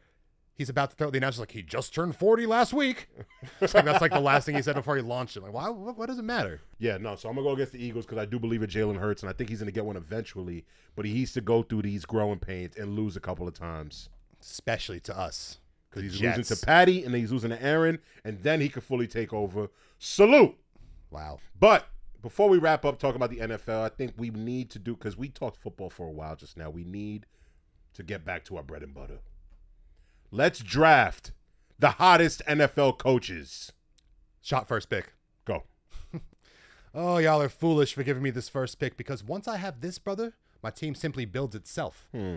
he's about to throw? The announcer's like, he just turned 40 last week. It's like, that's like the last thing he said before he launched it. Like, why, what, what does it matter? yeah, no. So I'm gonna go against the Eagles because I do believe in Jalen Hurts, and I think he's gonna get one eventually. But he needs to go through these growing pains and lose a couple of times Especially to us. because the he's Jets. losing to Patty and then he's losing to Aaron, and then he could fully take over. Salute. Wow. But before we wrap up talking about the NFL, I think we need to do because we talked football for a while just now. We need to get back to our bread and butter. Let's draft the hottest NFL coaches. Shot first pick. Go. Oh, y'all are foolish for giving me this first pick because once I have this, brother, my team simply builds itself. Hmm.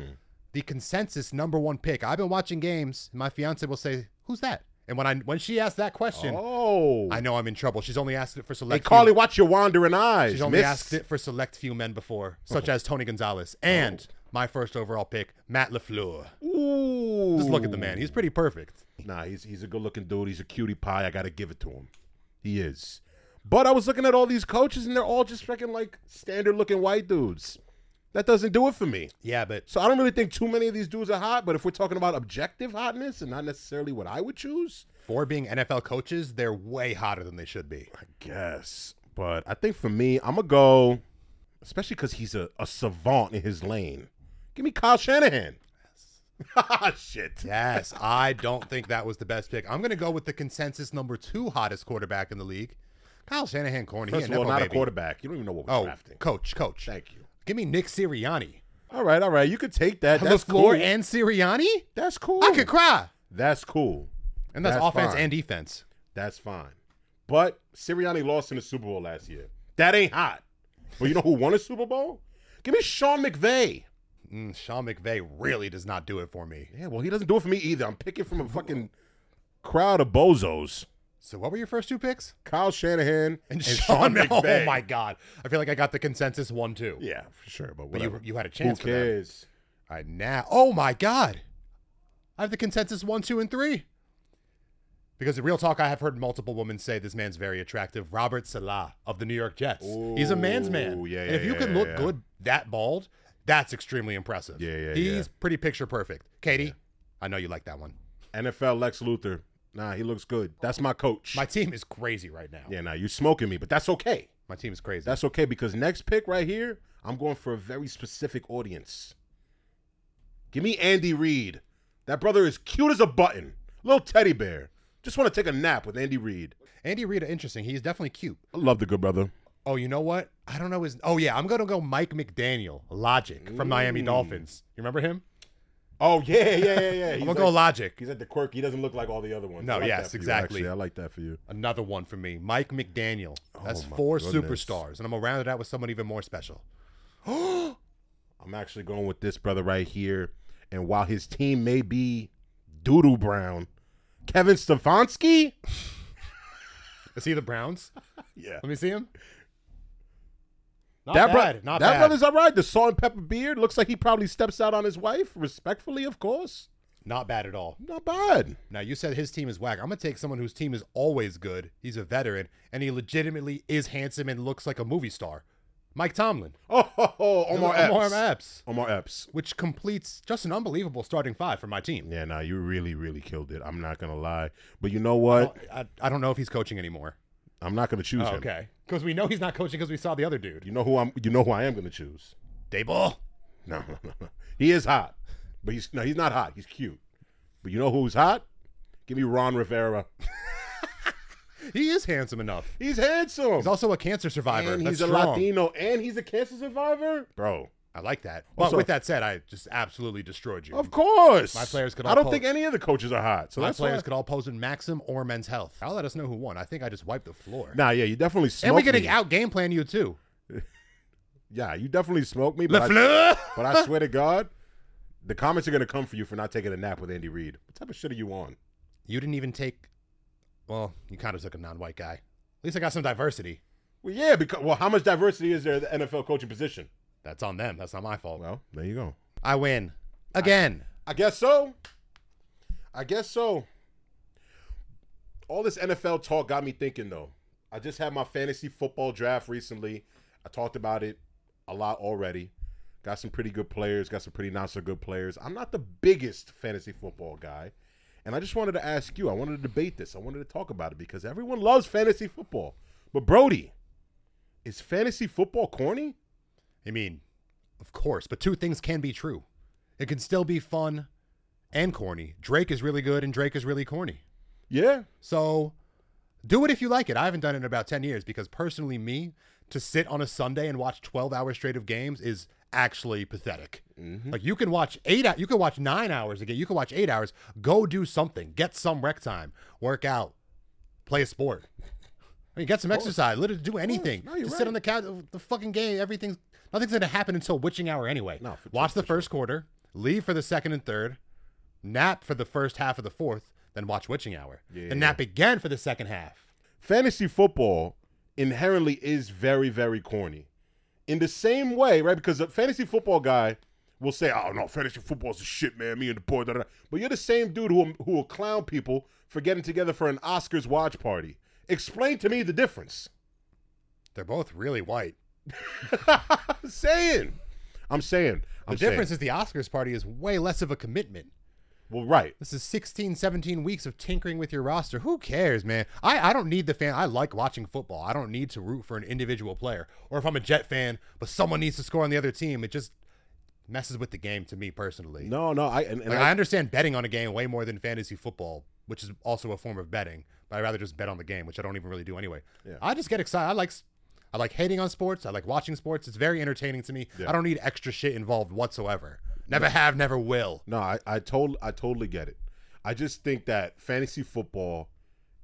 The consensus number one pick. I've been watching games. And my fiance will say, "Who's that?" And when I when she asks that question, Oh, I know I'm in trouble. She's only asked it for select. hey few- Carly, watch your wandering eyes. She's only miss. asked it for select few men Oh. before, such as Tony Gonzalez and my first overall pick, Matt LaFleur. Ooh, Ooh. Just look at the man. He's pretty perfect. Nah, he's he's a good looking dude. He's a cutie pie. I gotta give it to him. He is. But I was looking at all these coaches, and they're all just freaking like standard looking white dudes. That doesn't do it for me. Yeah, but So I don't really think too many of these dudes are hot. But if we're talking about objective hotness and not necessarily what I would choose, for being NFL coaches, they're way hotter than they should be. I guess. But I think for me, I'm gonna go, especially because he's a, a savant in his lane. Give me Kyle Shanahan. Ah, Shit. Yes, I don't think that was the best pick. I'm going to go with the consensus number two hottest quarterback in the league, Kyle Shanahan. Corny. He First an of all, NFL not a baby. quarterback. You don't even know what we're Oh, drafting. coach, coach. Thank you. Give me Nick Sirianni. All right, all right. You could take that. The That's floor cool. and Sirianni. That's cool. I could cry. That's cool. And that's, That's offense fine. and defense. That's fine. But Sirianni lost in the Super Bowl last year. That ain't hot. But you know who won a Super Bowl? Give me Sean McVay. Mm, Sean McVay really does not do it for me. Yeah, well, he doesn't do it for me either. I'm picking from a fucking crowd of bozos. So, what were your first two picks? Kyle Shanahan and, Sean, McVay. Oh my God! I feel like I got the consensus one two. Yeah, for sure. But but whatever. you, you had a chance. who for that. cares? All right, now. Oh my God. I have the consensus one, two, and three. Because in real talk, I have heard multiple women say this man's very attractive. Robert Salah of the New York Jets. He's a man's man. Ooh, yeah, and if yeah, you can yeah, look yeah. good that bald, that's extremely impressive. Yeah, yeah, He's yeah. pretty picture perfect. Katie, I know you like that one. NFL Lex Luthor. Nah, he looks good. That's my coach. My team is crazy right now. yeah, nah, you smoking me, but that's okay. My team is crazy. That's okay because next pick right here, I'm going for a very specific audience. Give me Andy Reid. That brother is cute as a button. Little teddy bear. Just want to take a nap with Andy Reid. Andy Reid, interesting. He's definitely cute. I love the good brother. Oh, you know what? I don't know his. Oh, yeah. I'm going to go Mike McDaniel, Logic from Miami Dolphins. You remember him? Oh yeah, yeah, yeah, yeah. He's, I'm going like, to go Logic. he's at the quirk. He doesn't look like all the other ones. No, I like yes, that for you, exactly. actually. I like that for you. Another one for me, Mike McDaniel. That's Oh my four goodness. superstars, and I'm gonna round it out with someone even more special. I'm actually going with this brother right here. And while his team may be doodoo brown, Kevin Stefanski. Is he the Browns? Yeah. Let me see him. Not that bro- bad. not that bad. brother's all right. The salt and pepper beard looks like he probably steps out on his wife respectfully, of course. not bad at all. Not bad. Now you said his team is whack. I'm gonna take someone whose team is always good. He's a veteran, and he legitimately is handsome and looks like a movie star. Mike Tomlin, Oh, ho, ho, Omar Epps. Omar Epps, Omar Epps. which completes just an unbelievable starting five for my team. Yeah, nah, you really, really killed it. I'm not gonna lie, but you know what? I, I don't know if he's coaching anymore. Oh, I'm not gonna choose him. okay, because we know he's not coaching because we saw the other dude, You know who I'm. You know who I am gonna choose. Dayball. No, no, no, no. He is hot, but he's no, he's not hot. He's cute, but you know who's hot? Give me Ron Rivera. He is handsome enough. He's handsome. He's also a cancer survivor. and That's he's a strong. Latino, and he's a cancer survivor, bro. I like that. But Also- with that said, I just absolutely destroyed you. Of course. My players could I all don't pull- think any of the coaches are hot. So My that's players why- could all pose in Maxim or Men's Health. I'll let us know who won. I think I just wiped the floor. Nah, yeah, you definitely smoked and we're going me. to out game plan you too. Yeah, you definitely smoked me. But I, LeFleur. but I swear to God, the comments are gonna come for you for not taking a nap with Andy Reid. What type of shit are you on? You didn't even take. Well, you kind of took a non-white guy. At least I got some diversity. Well, yeah, because well, how much diversity is there in the NFL coaching position? That's on them. That's not my fault. Well, there you go. I win again. I guess so. I guess so. All this NFL talk got me thinking though. I just had my fantasy football draft recently. I talked about it a lot already. Got some pretty good players, got some pretty not so good players. I'm not the biggest fantasy football guy. And I just wanted to ask you, I wanted to debate this. I wanted to talk about it because everyone loves fantasy football. But Brody, is fantasy football corny? I mean, of course, but two things can be true. It can still be fun and corny. Drake is really good, and Drake is really corny. Yeah. So do it if you like it. I haven't done it in about 10 years because personally, me, to sit on a Sunday and watch 12 hours straight of games is actually pathetic. Mm-hmm. Like you can watch eight, hou- you can watch nine hours again. You can watch eight hours. Go do something. Get some rec time. Work out. Play a sport. I mean, get some exercise. Literally do anything. No, you're Just right. sit on the couch. The fucking game. Everything's nothing's gonna happen until witching hour anyway. No, for- watch the first quarter. Leave for the second and third nap for the first half of the fourth, then watch Witching Hour, Yeah. and nap again for the second half. fantasy football inherently is very very corny in the same way right because a fantasy football guy will say, "Oh no, fantasy football's a shit, man. Me and the boy." Da, da, da. But you're the same dude who who will clown people for getting together for an Oscars watch party. Explain to me the difference. They're both really white. I'm saying, I'm saying, The I'm difference Saying. is the Oscars party is way less of a commitment. Well, right. This is 16, 17 weeks of tinkering with your roster. Who cares, man? I, I don't need the fan. I like watching football. I don't need to root for an individual player. Or if I'm a Jet fan, but someone needs to score on the other team, it just messes with the game to me personally. No, no. I and, and Like, I, I understand betting on a game way more than fantasy football, which is also a form of betting. But I rather just bet on the game, which I don't even really do anyway. Yeah. I just get excited. I like, s- I like hating on sports. I like watching sports. It's very entertaining to me. Yeah. I don't need extra shit involved whatsoever. Never have, never will. No, I, I told I totally get it. I just think that fantasy football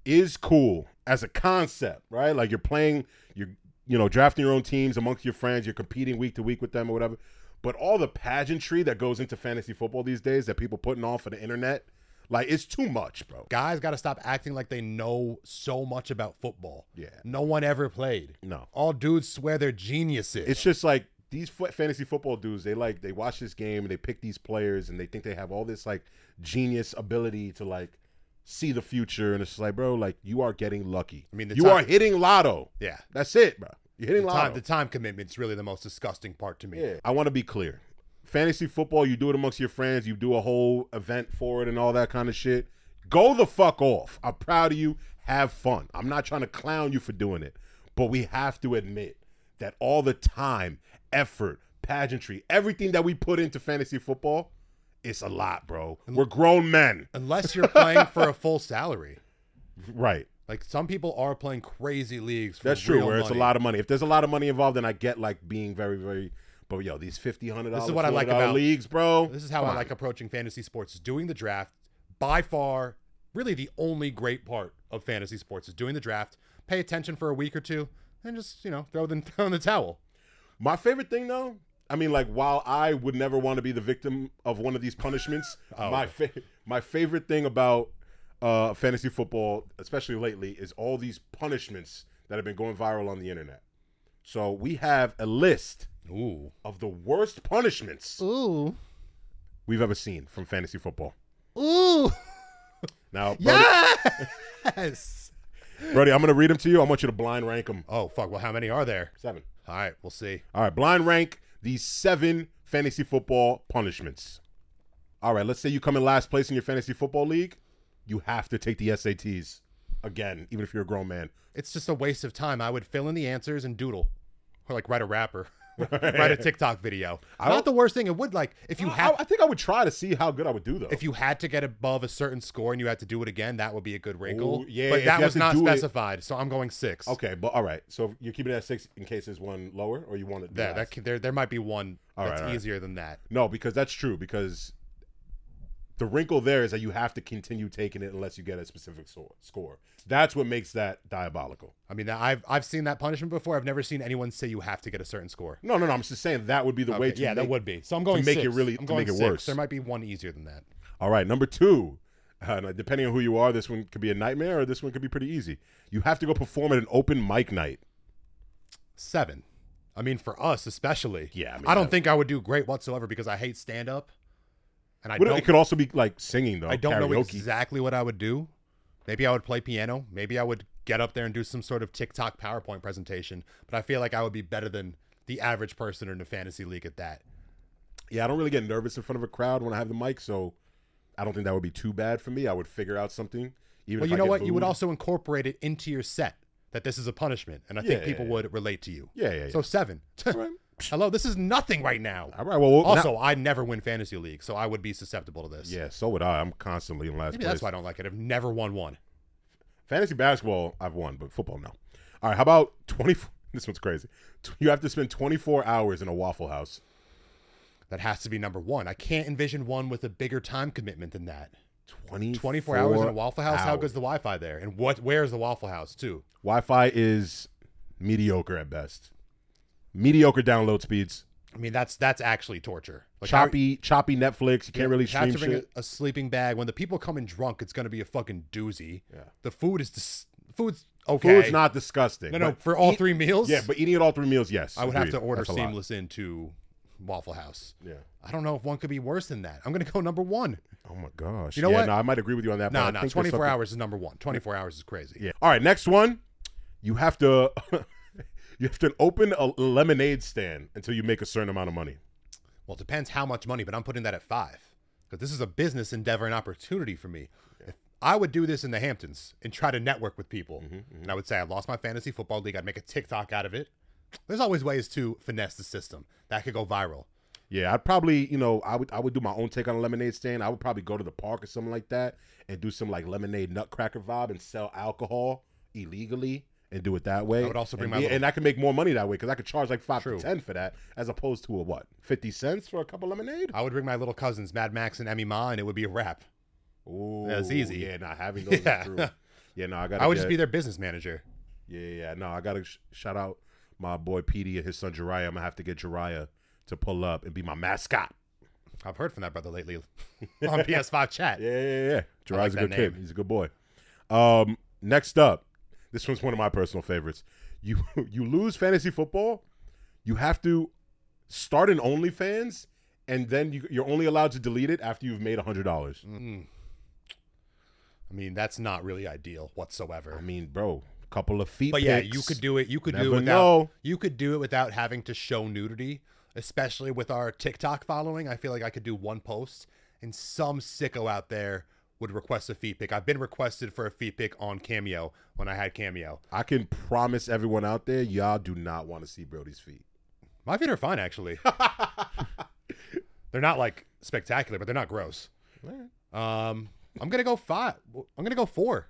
is cool as a concept, right? Like you're playing, you're you know, drafting your own teams amongst your friends, you're competing week to week with them or whatever. But all the pageantry that goes into fantasy football these days that people putting on for the internet, like it's too much, bro. Guys got to stop acting like they know so much about football. Yeah. No one ever played. No. All dudes swear they're geniuses. It's just like these fo- fantasy football dudes. They like they watch this game and they pick these players and they think they have all this like genius ability to like see the future. And it's just like, bro, like you are getting lucky. I mean, the you time- are hitting lotto. yeah. That's it, bro. You're hitting The time, lotto. the time commitment's really the most disgusting part to me. yeah. I want to be clear. Fantasy football, you do it amongst your friends. You do a whole event for it and all that kind of shit. Go the fuck off. I'm proud of you. Have fun. I'm not trying to clown you for doing it, but we have to admit that all the time, effort, pageantry, everything that we put into fantasy football, it's a lot, bro. We're grown men, Unless you're playing for a full salary. right? Like some people are playing crazy leagues. For That's true. real Where it's a money. lot of money. If there's a lot of money involved, then I get like being very, very. But yo, these fifty hundred dollars. This is what I like about- leagues, bro. This is how Come I on. like approaching fantasy sports: is doing the draft. By far, really the only great part of fantasy sports is doing the draft. Pay attention for a week or two, and just you know throw them throw in the towel. My favorite thing, though, I mean, like while I would never want to be the victim of one of these punishments, my fa- my favorite thing about uh, fantasy football, especially lately, is all these punishments that have been going viral on the internet. So we have a list Ooh, of the worst punishments ooh, we've ever seen from fantasy football. ooh! Now, Brody, Yes. Brody, I'm gonna read them to you. I want you to blind rank them. oh fuck! Well, how many are there? Seven. All right, we'll see. All right, blind rank these seven fantasy football punishments. All right, let's say you come in last place in your fantasy football league. You have to take the SATs again, even if you're a grown man. It's just a waste of time. I would fill in the answers and doodle, or like write a rapper, write a TikTok video. Not don't- the worst thing. It would like if you have I, I think I would try to see how good I would do though. if you had to get above a certain score and you had to do it again, that would be a good wrinkle. Ooh, yeah, but if that you was have to not do it- specified, so I'm going six. okay, but all right. So you're keeping it at six in case there's one lower, or you want it there, last? that, c- there, there might be one All right, that's all right. easier than that. No, because that's true. Because the wrinkle there is that you have to continue taking it unless you get a specific so- score. That's what makes that diabolical. I mean, I've I've seen that punishment before. I've never seen anyone say you have to get a certain score. No, no, no. I'm just saying that would be the way Okay, to yeah, that make- would be. So I'm going make it six. really- I'm to make going it six. worse. There might be one easier than that. All right, number two. Uh, now, depending on who you are, this one could be a nightmare, or this one could be pretty easy. You have to go perform at an open mic night. Seven. I mean, for us especially. Yeah, I I, mean, don't that- think I would do great whatsoever because I hate stand up, and I What- don't. it could also be like singing though. I don't karaoke. know exactly what I would do. Maybe I would play piano. Maybe I would get up there and do some sort of TikTok PowerPoint presentation. But I feel like I would be better than the average person in a fantasy league at that. Yeah, I don't really get nervous in front of a crowd when I have the mic, so I don't think that would be too bad for me. I would figure out something. Even Well, if you I know get what? You would booed. also incorporate it into your set that this is a punishment, and I Yeah, think people yeah, yeah. would relate to you. Yeah, yeah, yeah. So seven. Hello, this is nothing right now. all right. Well, well, Also, I never win fantasy league, so I would be susceptible to this. now- yeah. So would I. I'm constantly in last Maybe place. that's why I don't like it. I've never won one. Fantasy basketball, I've won, but football, no. All right. How about 24? This one's crazy. Tw- You have to spend 24 hours in a Waffle House. That has to be number one. I can't envision one with a bigger time commitment than that. 24, 24 hours in a Waffle House. How hours. good's the Wi-Fi there? And what? Where's the Waffle House too? Wi-Fi is mediocre at best. Mediocre download speeds. I mean, that's that's actually torture. Like, how- choppy, choppy Netflix. You can't really you have stream to bring shit. a, a sleeping bag. When the people come in drunk, it's going to be a fucking doozy. Yeah. The food is dis- food's okay. Food's not disgusting. No, no, but- for all three meals. yeah, but eating it all three meals, yes. I would have agreed. to order That's a lot. seamless in to Waffle House. Yeah. I don't know if one could be worse than that. I'm going to go number one. Oh my gosh. You know yeah, what? No, I might agree with you on that. but No, I think no, there's 24 something- hours is number one. 24 hours is crazy. Yeah. All right. Next one. You have to. you have to open a lemonade stand until you make a certain amount of money. Well, it depends how much money, but I'm putting that at five because this is a business endeavor and opportunity for me. If I would do this in the Hamptons and try to network with people, Mm-hmm, and I would say I lost my fantasy football league, I'd make a TikTok out of it. There's always ways to finesse the system that could go viral. Yeah, I'd probably, you know, I would I would do my own take on a lemonade stand. I would probably go to the park or something like that and do some like lemonade nutcracker vibe and sell alcohol illegally and do it that way. I would also bring and, my yeah, little- and I can make more money that way because I could charge like five True. to ten for that as opposed to a what fifty cents for a cup of lemonade. I would bring my little cousins, Mad Max and Emmy Ma, and it would be a wrap. Ooh, That's easy. Yeah, not having those. Yeah. Is true. Yeah, no, I got. I would just be their business manager. Yeah, yeah, yeah. no, I gotta sh- shout out my boy PD and his son Jariah. I'm gonna have to get Jariah to pull up and be my mascot. I've heard from that brother lately on PS5 chat. Yeah, yeah, yeah. I Gerard's like a good that kid. name. He's a good boy. Um, next up, this one's one of my personal favorites. You you lose fantasy football, you have to start an OnlyFans, and then you, you're only allowed to delete it after you've made hundred dollars. Mm. I mean, that's not really ideal whatsoever. I mean, bro, couple of feet. But yeah, you could do it. You could do Never it without. know. You could do it without having to show nudity, especially with our TikTok following. I feel like I could do one post, and some sicko out there would request a feed pic. I've been requested for a feed pic on Cameo when I had Cameo. I can promise everyone out there, y'all do not want to see Brody's feet. My feet are fine actually. they're not like spectacular, but they're not gross. Um, I'm gonna go five. I'm gonna go four.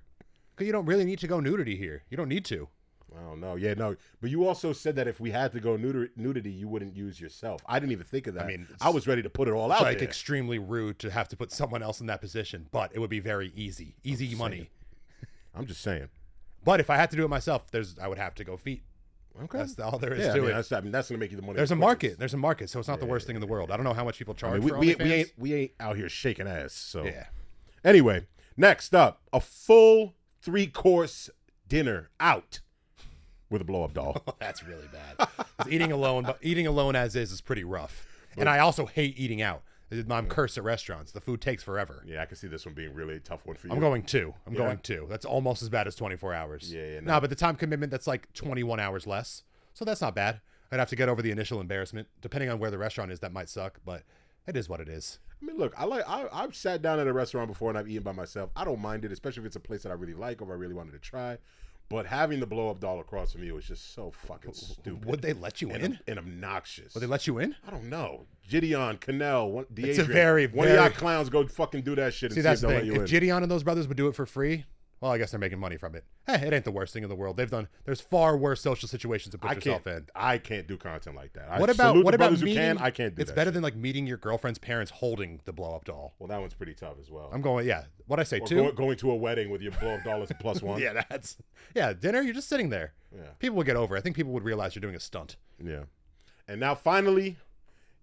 Cause you don't really need to go nudity here. You don't need to. I don't know. Yeah, no. But you also said that if we had to go nudity, nudity you wouldn't use yourself. I didn't even think of that. I mean, mean, it's- I was ready to put it all out like there. extremely rude to have to put someone else in that position, but it would be very easy, easy money. I'm just saying. But if I had to do it myself, there's I would have to go feet. Okay. That's all there is Yeah, I to mean, it. that's, I mean, that's gonna make you the money. There's a quickest. market. There's a market, so it's not the worst thing in the world. I don't know how much people I charge mean, we, for we, we OnlyFans. ain't we ain't out here shaking ass. So Yeah, Anyway, next up, a full three course dinner out with a blow up doll. oh, that's really bad. 'Cause eating alone, but eating alone as is is pretty rough. And I also hate eating out. I'm cursed at restaurants. The food takes forever. yeah, I can see this one being really a tough one for you. I'm going two. I'm going two. That's almost as bad as 24 hours. Yeah, yeah, No, but the time commitment that's like 21 hours less, so that's not bad. I'd have to get over the initial embarrassment. Depending on where the restaurant is, that might suck, but it is what it is. I mean, look, I like I, I've sat down at a restaurant before and I've eaten by myself. I don't mind it, especially if it's a place that I really like or I really wanted to try. But having the blow up doll across from you is just so fucking stupid Would they let you in? and, and obnoxious. Would they let you in? I don't know. Gideon, Cannell, one, It's a Deadrian, very, one very- of y'all clowns go fucking do that shit. See, and that's see the if they'll let thing. you in. If Gideon and those brothers would do it for free, well, I guess they're making money from it. Hey, it ain't the worst thing in the world. They've done. There's far worse social situations to put I yourself can't. in. I can't do content like that. I What about salute what the about brothers who meeting? can. I can't do It's that. better shit. than like meeting your girlfriend's parents holding the blow up doll. Well, that one's pretty tough as well. I'm going. Yeah. What I say or two. go, going to a wedding with your blow up dollars plus one. Yeah, that's yeah. Dinner, you're just sitting there. Yeah. People would get over. it. I think people would realize you're doing a stunt. Yeah. And now finally,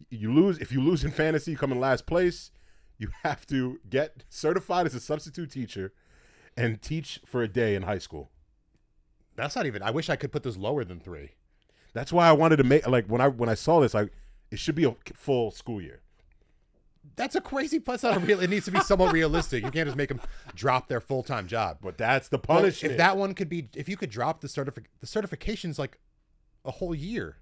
you lose. If you lose in fantasy, you come in last place. You have to get certified as a substitute teacher and teach for a day in high school. That's not even. I wish I could put this lower than three. That's why I wanted to make like when I when I saw this, I it should be a full school year. That's a crazy. That's not a real. It needs to be somewhat realistic. You can't just make them drop their full time job. But that's the Well, punishment. If that one could be, if you could drop the certific, the certification's like a whole year.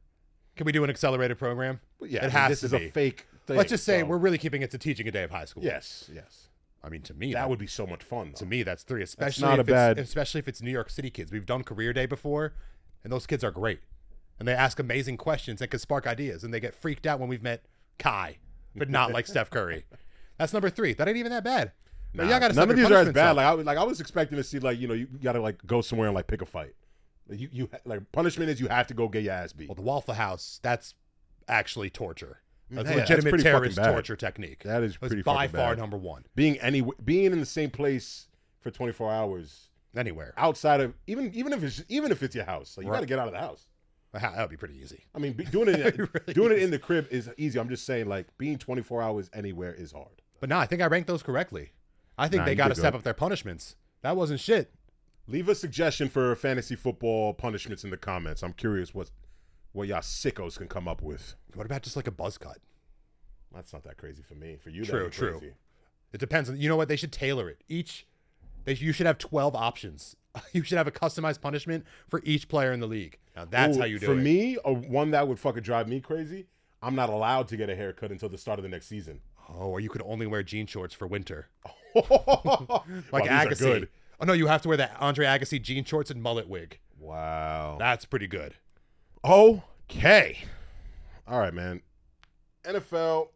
Can we do an accelerated program? But yeah, it I mean, has this to is be. a fake thing. Let's just say so- we're really keeping it to teaching a day of high school. yes, yes. I mean, to me, That that would be so much fun. to me that's three. Especially not if a it's- bad- Especially if it's New York City kids. We've done career day before, and those kids are great, and they ask amazing questions and can spark ideas, and they get freaked out when we've met Kai, but not like Steph Curry. That's number three. That ain't even that bad. But Nah, y'all gotta none step of your these are as punishments bad. up. Like I was like I was expecting to see like you know you gotta like go somewhere and like pick a fight. Like, you you like punishment is you have to go get your ass beat. Well, the Waffle House, that's actually torture. That's Yeah, a that's legitimate pretty fucking terrorist bad. torture technique. That is That's pretty by fucking far bad. number one being any being in the same place for 24 hours anywhere. outside of even even if it's even if it's your house, like you Right. gotta get out of the house. That would be pretty easy. I mean, be, doing it It really doing it in the crib is easy. I'm just saying like being 24 hours anywhere is hard. But no, I think I ranked those correctly. I think Nah, they you got to did step good. up their punishments. That wasn't shit. Leave a suggestion for fantasy football punishments in the comments. I'm curious what what y'all sickos can come up with. What about just like a buzz cut? That's not that crazy for me. For you, True, that'd be true. crazy. It depends on you know what they should tailor it. Each they you should have 12 options. You should have a customized punishment for each player in the league. Now that's Ooh, how you do for it. me, a, one that would fucking drive me crazy. I'm not allowed to get a haircut until the start of the next season. oh, or you could only wear jean shorts for winter. like Like Agassi. Oh no, you have to wear that Andre Agassi jean shorts and mullet wig. Wow. That's pretty good. Okay. All right, man. NFL.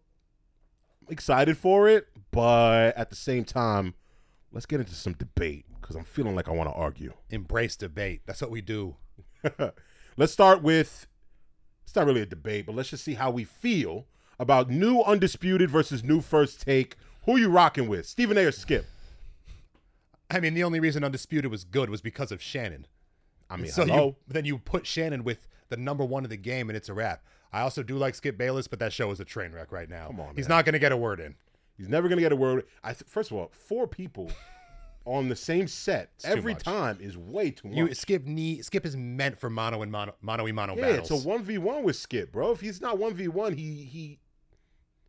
I'm excited for it, but at the same time, let's get into some debate because I'm feeling like I want to argue. Embrace debate. That's what we do. let's start with. It's not really a debate, but let's just see how we feel about new undisputed versus new first take. Who you rocking with, Stephen A. or Skip? I mean, the only reason Undisputed was good was because of Shannon. I mean, So hello. you, then you put Shannon with the number one of the game, and it's a wrap. I also do like Skip Bayless, but that show is a train wreck right now. Come on, he's man. not going to get a word in. He's never gonna get a word. I th- first of all, four people on the same set too every much. time is way too much. You Skip knee Skip is meant for mono and mono mono y mono yeah, battles. it's a one v one with Skip, bro. If he's not one v one, he he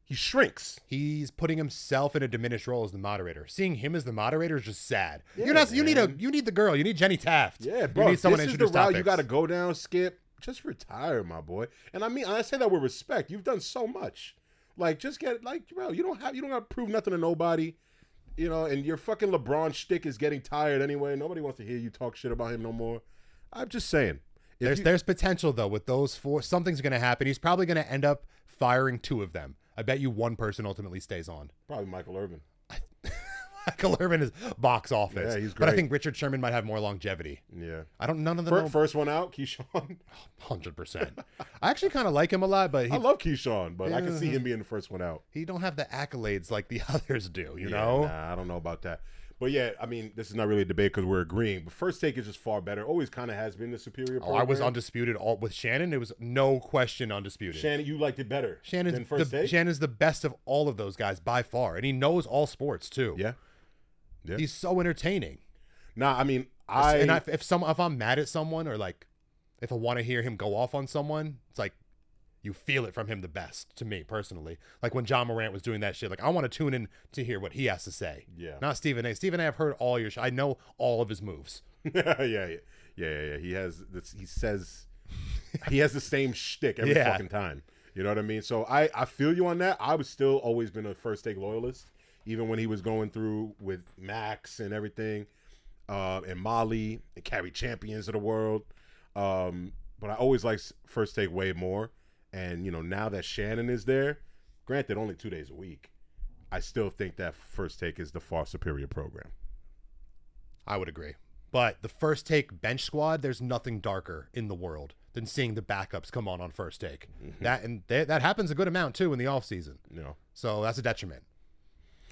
he shrinks. He's putting himself in a diminished role as the moderator. Seeing him as the moderator is just sad. Yeah, You're not. You need a. man. You need the girl. You need Jenny Taft. Yeah, bro. You need someone to this is the introduce route topics. you got to go down, Skip. Just retire, my boy. And I mean, I say that with respect. You've done so much. Like, just get like, bro. You don't have you don't got to prove nothing to nobody. You know, and your fucking LeBron shtick is getting tired anyway. Nobody wants to hear you talk shit about him no more. I'm just saying. If There's you- there's potential though with those four. Something's going to happen. He's probably going to end up firing two of them. I bet you one person ultimately stays on. probably Michael Irvin. Michael Irvin is box office. Yeah, he's But I great. think Richard Sherman might have more longevity. Yeah. I don't. None of them. Fir- know- first one out, Keyshawn. Hundred percent. I actually kind of like him a lot, but I he love Keyshawn, but I can see Yeah. him being the first one out. he don't have the accolades like the others do. You Yeah, know. nah, I don't know about that. But yeah, I mean, this is not really a debate because we're agreeing. But first take is just far better. Always kind of has been the superior. Oh, I was program. undisputed all with Shannon. It was no question undisputed. Shannon. You liked it better. than Shannon's first the, take. Shannon's the best of all of those guys by far, and he knows all sports too. yeah. yeah. he's so entertaining. Nah, I mean, I and I, if some if I'm mad at someone or like if I want to hear him go off on someone, it's like you feel it from him the best to me personally. Like when John Morant was doing that shit, like I want to tune in to hear what he has to say. Yeah. not Stephen A. Stephen A. I've heard all your. Sh- I know all of his moves. yeah, yeah, yeah, yeah, yeah. He has. This, he says he has the same shtick every Yeah. fucking time. You know what I mean? So I I feel you on that. I was still always been a first take loyalist, even when he was going through with Max and everything, uh, and Molly and carry champions of the world. Um, but I always liked first take way more. And you know now that Shannon is there, granted only two days a week, I still think that first take is the far superior program. I would agree. But the first take bench squad, there's nothing darker in the world than seeing the backups come on on first take. That and th- that happens a good amount too in the off season. You know. So that's a detriment.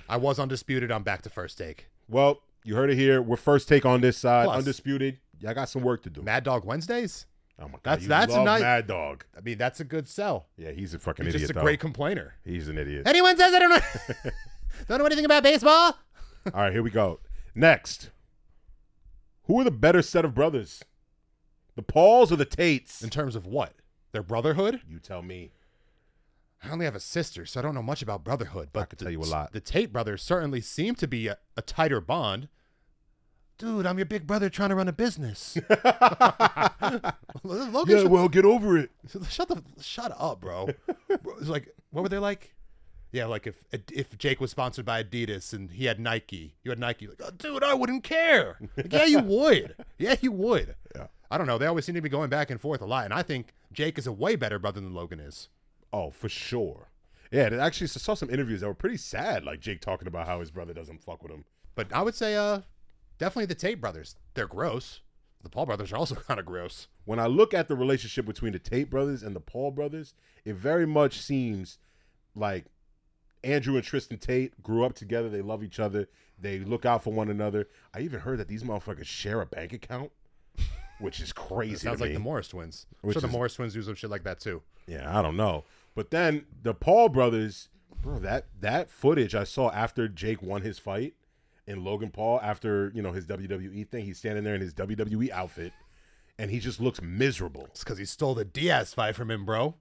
I was undisputed. I'm back to first take. Well, you heard it here. We're first take on this side, Plus- undisputed. Y'all got some work to do. Mad Dog Wednesdays. oh my god, that's- you that's a love nice- Mad Dog. I mean, that's a good sell. Yeah, he's a fucking He's idiot. just a though. great complainer. He's an idiot. Anyone says I don't know, don't know anything about baseball? All right, here we go. Next, who are the better set of brothers, the Pauls or the Tates? In terms of what? Their brotherhood? You tell me. I only have a sister, so I don't know much about brotherhood. But could tell you a lot. The Tate brothers certainly seem to be a, a tighter bond. Dude, I'm your big brother trying to run a business. Logan, shut- well, get over it. shut the shut up, bro. Bro, it's like, what were they like? Yeah, like if if Jake was sponsored by Adidas and he had Nike, you had Nike. Like, oh, dude, I wouldn't care. Like, yeah, you would. Yeah, you would. Yeah. I don't know. They always seem to be going back and forth a lot, and I think Jake is a way better brother than Logan is. Oh, for sure. Yeah, and actually, I saw some interviews that were pretty sad. Like Jake talking about how his brother doesn't fuck with him. But I would say, uh, definitely the Tate brothers. They're gross. The Paul brothers are also kind of gross. when I look at the relationship between the Tate brothers and the Paul brothers, it very much seems like Andrew and Tristan Tate grew up together. They love each other. They look out for one another. I even heard that these motherfuckers share a bank account, which is crazy. It sounds to like me. the Morris twins. I'm Which sure the is- Morris twins do some shit like that too. Yeah, I don't know. But then the Paul brothers, bro, that that footage I saw after Jake won his fight E and Logan Paul after, you know, his WWE thing, he's standing there in his WWE E outfit and he just looks miserable. It's because he stole the Diaz fight from him, bro.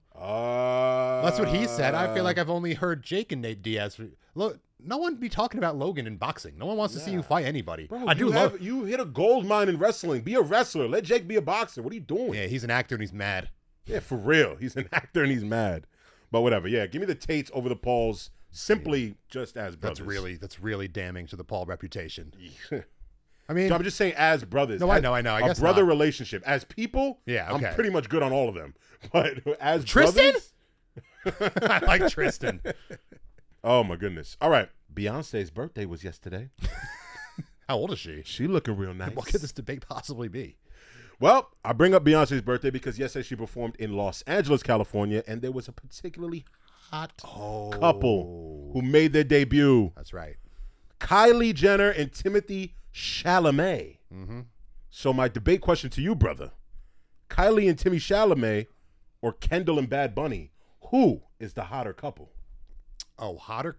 Uh, That's what he said. I feel like I've only heard Jake and Nate Diaz. Re- Look, no one be talking about Logan in boxing. No one wants to see you fight anybody. Bro, I do you love. have- you hit a gold mine in wrestling. Be a wrestler. Let Jake be a boxer. What are you doing? Yeah, he's an actor and he's mad. Yeah, for real. He's an actor and he's mad. But whatever. Yeah, give me the Tates over the Pauls simply just as brothers. That's really that's really damning to the Paul reputation. So I mean, I'm just saying as brothers. No, I as know, I know. I a guess brother not. relationship. As people, Yeah, okay. I'm pretty much good on all of them. But as Tristan? brothers- I like Tristan. oh my goodness. All right. Beyonce's birthday was yesterday. How old is she? She looking real nice. What could this debate possibly be? Well, I bring up Beyonce's birthday because yesterday she performed in Los Angeles, California, and there was a particularly hot Oh, couple who made their debut. That's right. Kylie Jenner and Timothy Chalamet. Mm-hmm. So my debate question to you, brother: Kylie and Timmy Chalamet, or Kendall and Bad Bunny, who is the hotter couple? Oh, hotter.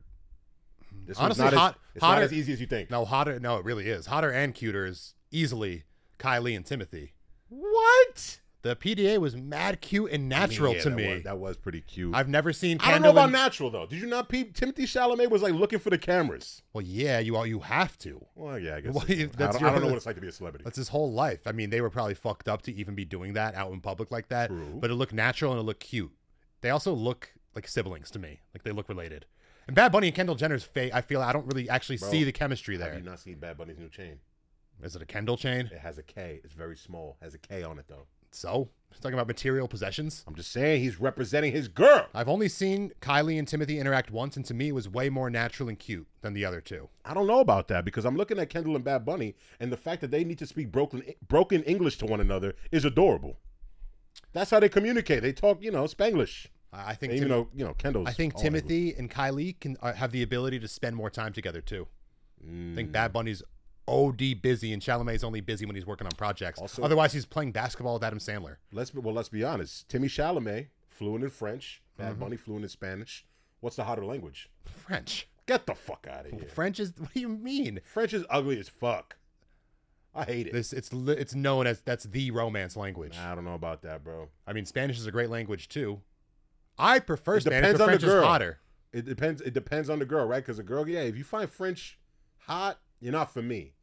This Honestly, one's not hot- as, it's not hotter- as easy as you think. No, hotter. No, it really is hotter and cuter is easily Kylie and Timothy. What? The PDA was mad cute and natural to that me. was, that was pretty cute. I've never seen I Kendall. don't know about and- natural though. Did you not peep? Timothy Chalamet was like looking for the cameras. Well, yeah, you all you have to. Well, yeah, I guess. Well, it's- I, that's don't, your- I don't know what it's like to be a celebrity. That's his whole life. I mean, they were probably fucked up to even be doing that out in public like that. True. But it looked natural and it looked cute. They also look like siblings to me. Like they look related. And Bad Bunny and Kendall Jenner's fake. I feel I don't really actually Bro, see the chemistry Have you there. not seen Bad Bunny's new chain? Is it a Kendall chain? It has a K. It's very small. Has a K on it though. So he's talking about material possessions. I'm just saying he's representing his girl. I've only seen Kylie and Timothy interact once, and to me, it was way more natural and cute than the other two. I don't know about that because I'm looking at Kendall and Bad Bunny, and the fact that they need to speak broken broken English to one another is adorable. That's how they communicate. They talk, you know, Spanglish. I I think And even Tim- though you know Kendall's, I think all over- Timothy and Kylie can uh, have the ability to spend more time together too. I think Bad Bunny's OD busy and Chalamet's only busy when he's working on projects. Also- Otherwise, he's playing basketball with Adam Sandler. Let's be, well, let's be honest. Timmy Chalamet fluent in French. Mm-hmm. Bad Bunny fluent in Spanish. What's the hotter language? French. Get the fuck out of here. French is what do you mean? French is ugly as fuck. I hate it. This it's li- it's known as that's the romance language. I don't know about that, bro. I mean, Spanish is a great language too. I prefer It Spanish, depends but on the French is girl. hotter. It depends. It depends on the girl, right? Because a girl, yeah, if you find French hot, you're not for me.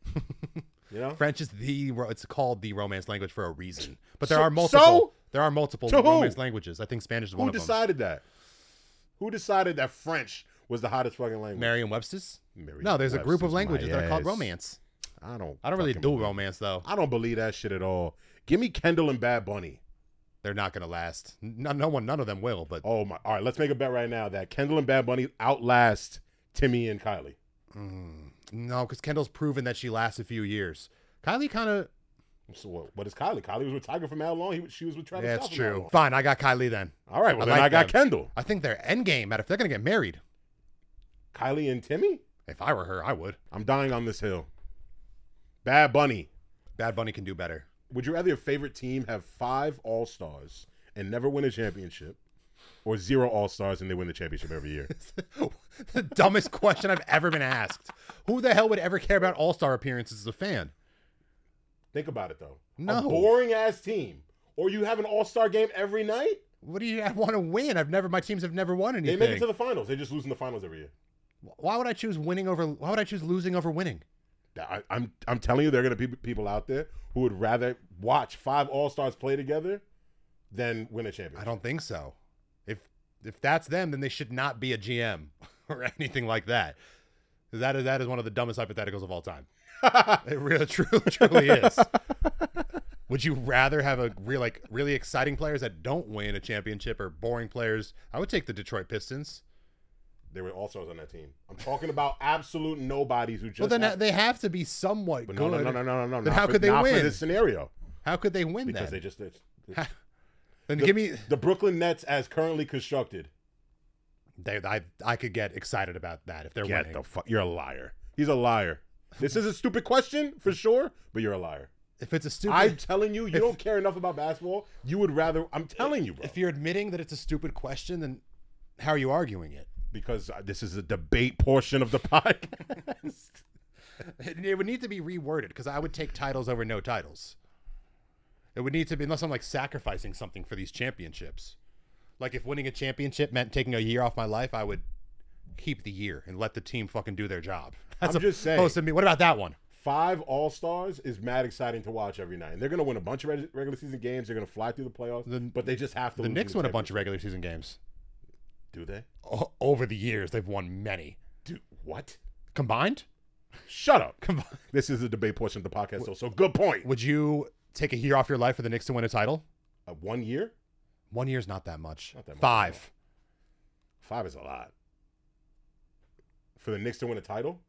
You know, French is the ro- it's called the romance language for a reason. But there So- are multiple so? there are multiple To who? romance languages. I think Spanish is one who of decided that? Who decided that French was the hottest fucking them. language? Merriam-Webster's? Merriam No, there's a group Webster's, of my languages that are called ass. romance. I don't. I don't really fucking do believe- romance though. I don't believe that shit at all. Give me Kendall and Bad Bunny. They're not gonna last. No, no one, none of them will. But Oh my! All right, let's make a bet right now that Kendall and Bad Bunny outlast Timmy and Kylie. Mm, no, because Kendall's proven that she lasts a few years. Kylie kind of. So what? What is Kylie? Kylie was with Tiger for how long? He, was- she was with Travis. Yeah, that's Scott for how true. long? Fine, I got Kylie then. All right, well I then like I got them. Kendall, I think they're end game. Matt, if they're gonna get married, Kylie, and Timmy. if I were her, I would. I'm dying on this hill. Bad Bunny. Bad Bunny can do better. Would you rather your favorite team have five All Stars and never win a championship, or zero All Stars and they win the championship every year? the dumbest question I've ever been asked. Who the hell would ever care about All Star appearances as a fan? Think about it though. No. A boring ass team, or you have an All Star game every night. What do you I want to win? I've never. My teams have never won They anything. make it to the finals. They just lose in the finals every year. why would I choose winning over? Why would I choose losing over winning? I, I'm I'm telling you, there are gonna be people out there who would rather watch five All Stars play together than win a I championship. don't think so. If if that's them, then they should not be a GM or anything like that. 'Cause That is that is one of the dumbest hypotheticals of all time. It really truly truly is. Would you rather have a real like really exciting players that don't win a championship or boring players? I would take the Detroit Pistons. there were All Stars on that team. I'm talking about absolute nobodies who just. Well, then have- they have to be somewhat but good. no, no, no, no, no, no. Then not how for- could they not for win? this scenario? How could they win Because that? they just it's- then the- give me the Brooklyn Nets as currently constructed. they, I I could get excited about that if they're Get winning. the fuck! You're a liar. He's a liar. This is a stupid question for sure, but you're a liar. if it's a stupid I'm telling you, you don't care enough about basketball. You would rather. I'm telling you, bro. if you're admitting that it's a stupid question, then how are you arguing it? because uh, this is a debate portion of the podcast. It, it would need to be reworded because I would take titles over no titles. It would need to be unless I'm like sacrificing something for these championships. Like if winning a championship meant taking a year off my life, I would keep the year and let the team fucking do their job. That's I'm just saying. opposed to me. What about that one? Five All Stars is mad exciting to watch every night. And they're going to win a bunch of reg- regular season games. They're going to fly through the playoffs, but they just have to. The Knicks won a bunch of regular season games. Do they? O- over the years, they've won many Do what? combined. Shut up. Combined. This is the debate portion of the podcast, so so good point. Would you take a year off your life for the Knicks to win a title? Uh, one year, One year's not that much. Not that much, Five. five is a lot. For the Knicks to win a title,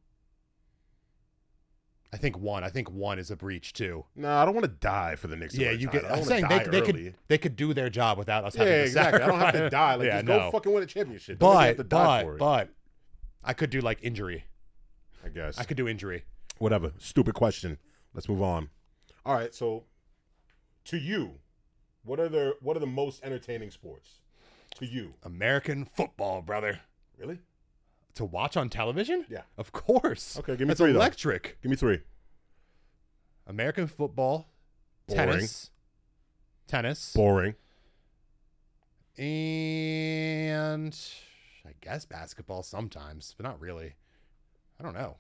I think one. I think one is a breach too. no, nah, I don't want to die for the Knicks. To yeah, win a you title. get. I I'm don't saying wanna they, die they early. could they could do their job without us Yeah, having to exactly. I don't have to sacrifice- die. Like, yeah, just no. go fucking win a championship. Don't make me but have to die but for it. but I could do like injury. I guess. I could do injury. Whatever. Stupid question. Let's move on. All right. So, to you, what are the what are the most entertaining sports? To you, American football, brother. really? To watch on television? Yeah. Of course. Okay, give me That's three, though. electric. Give me three. American football, Boring. tennis, tennis, Boring. and I guess basketball sometimes, but not really. I don't know.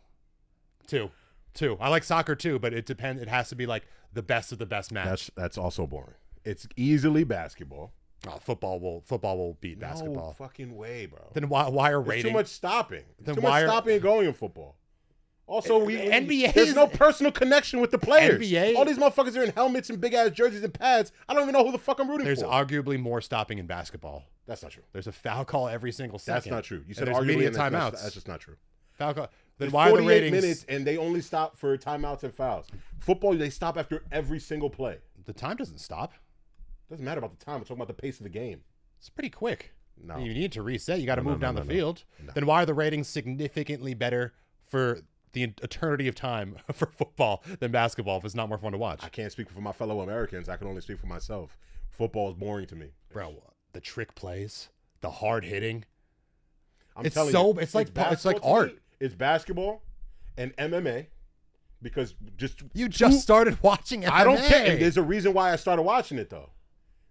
Two, two. I like soccer too, but it depends. It has to be like the best of the best match. That's that's also boring. It's easily basketball. oh, football will football will beat basketball. No fucking way, bro. Then why why are There's ratings? too much stopping. Then too much why are- stopping and going in football. Also, we we- NBA There's is- no personal connection with the players. NBA All these motherfuckers are in helmets and big ass jerseys and pads. I don't even know who the fuck I'm rooting There's for. arguably more stopping in basketball. that's not true. There's a foul call every single second. That's not true. You And said there's arguably media and that's not- timeouts. That's just not true. foul call. Then It's why are the 48 ratings? minutes and they only stop for timeouts and fouls. Football, they stop after every single play. The time doesn't stop. Doesn't matter about the time. I'm talking about the pace of the game. It's pretty quick. No. You need to reset. You got to No, no, move no, down no, the no. field. Then why are the ratings significantly better for the eternity of time for football than basketball if it's not more fun to watch? I can't speak for my fellow Americans. I can only speak for myself. Football is boring to me. Bro, the trick plays, the hard hitting. I'm It's telling so- you, it's like po- it's like basketball to art. me. It's basketball and MMA because just You just started watching MMA. I don't care. And there's a reason why I started watching it though,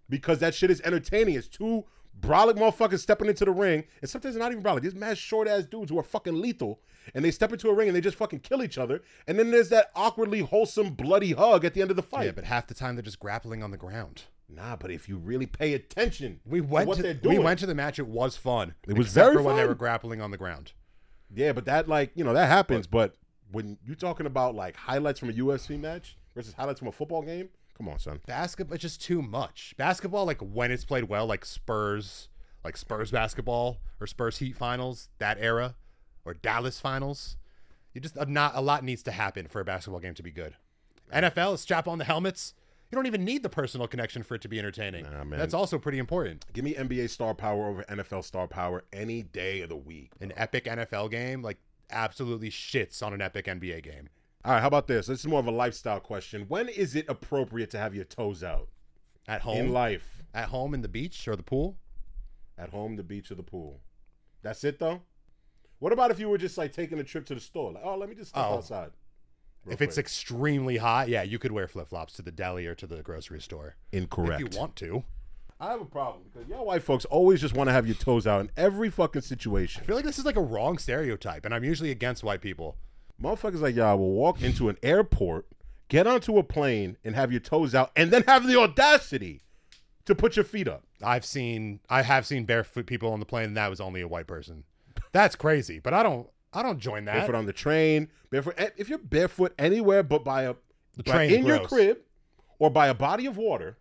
because that shit is entertaining. It's two brolic motherfuckers stepping into the ring, and sometimes they're not even brolic. These mad short ass dudes who are fucking lethal, and they step into a ring and they just fucking kill each other. And then there's that awkwardly wholesome bloody hug at the end of the fight. Oh, Yeah, but half the time they're just grappling on the ground. nah, but if you really pay attention, We went what to they're doing. we went to the match. It was fun. It was except very for when they fun. were grappling on the ground. Yeah, but that like you know that happens. But when you're talking about like highlights from a UFC match versus highlights from a football game, come on, son. Basketball it's just too much. Basketball, like when it's played well, like Spurs, like Spurs basketball or Spurs Heat finals that era, or Dallas finals. You just not a lot needs to happen for a basketball game to be good. NFL, strap on the helmets. You don't even need the personal connection for it to be entertaining. Nah, man. That's also pretty important. Give me NBA star power over NFL star power any day of the week. An epic NFL game, like absolutely shits on an epic NBA game. All right, how about this? This is more of a lifestyle question. When is it appropriate to have your toes out in At home, life? at home in the beach or the pool. At home, the beach, or the pool? That's it though. What about if you were just like taking a trip to the store? Like, oh, let me just step Oh. outside. real if it's quick. extremely hot, yeah, you could wear flip flops to the deli or to the grocery store. incorrect, If you want to. I have a problem because y'all white folks always just want to have your toes out in every fucking situation. I feel like this is like a wrong stereotype, and I'm usually against white people. Motherfuckers like y'all will walk into an airport, get onto a plane, and have your toes out, and then have the audacity to put your feet up. I've seen I have seen barefoot people on the plane, and that was only a white person. That's crazy, but I don't I don't join that. Barefoot on the train, barefoot. eh, If you're barefoot anywhere but by a The by- train's in your gross. crib or by a body of water,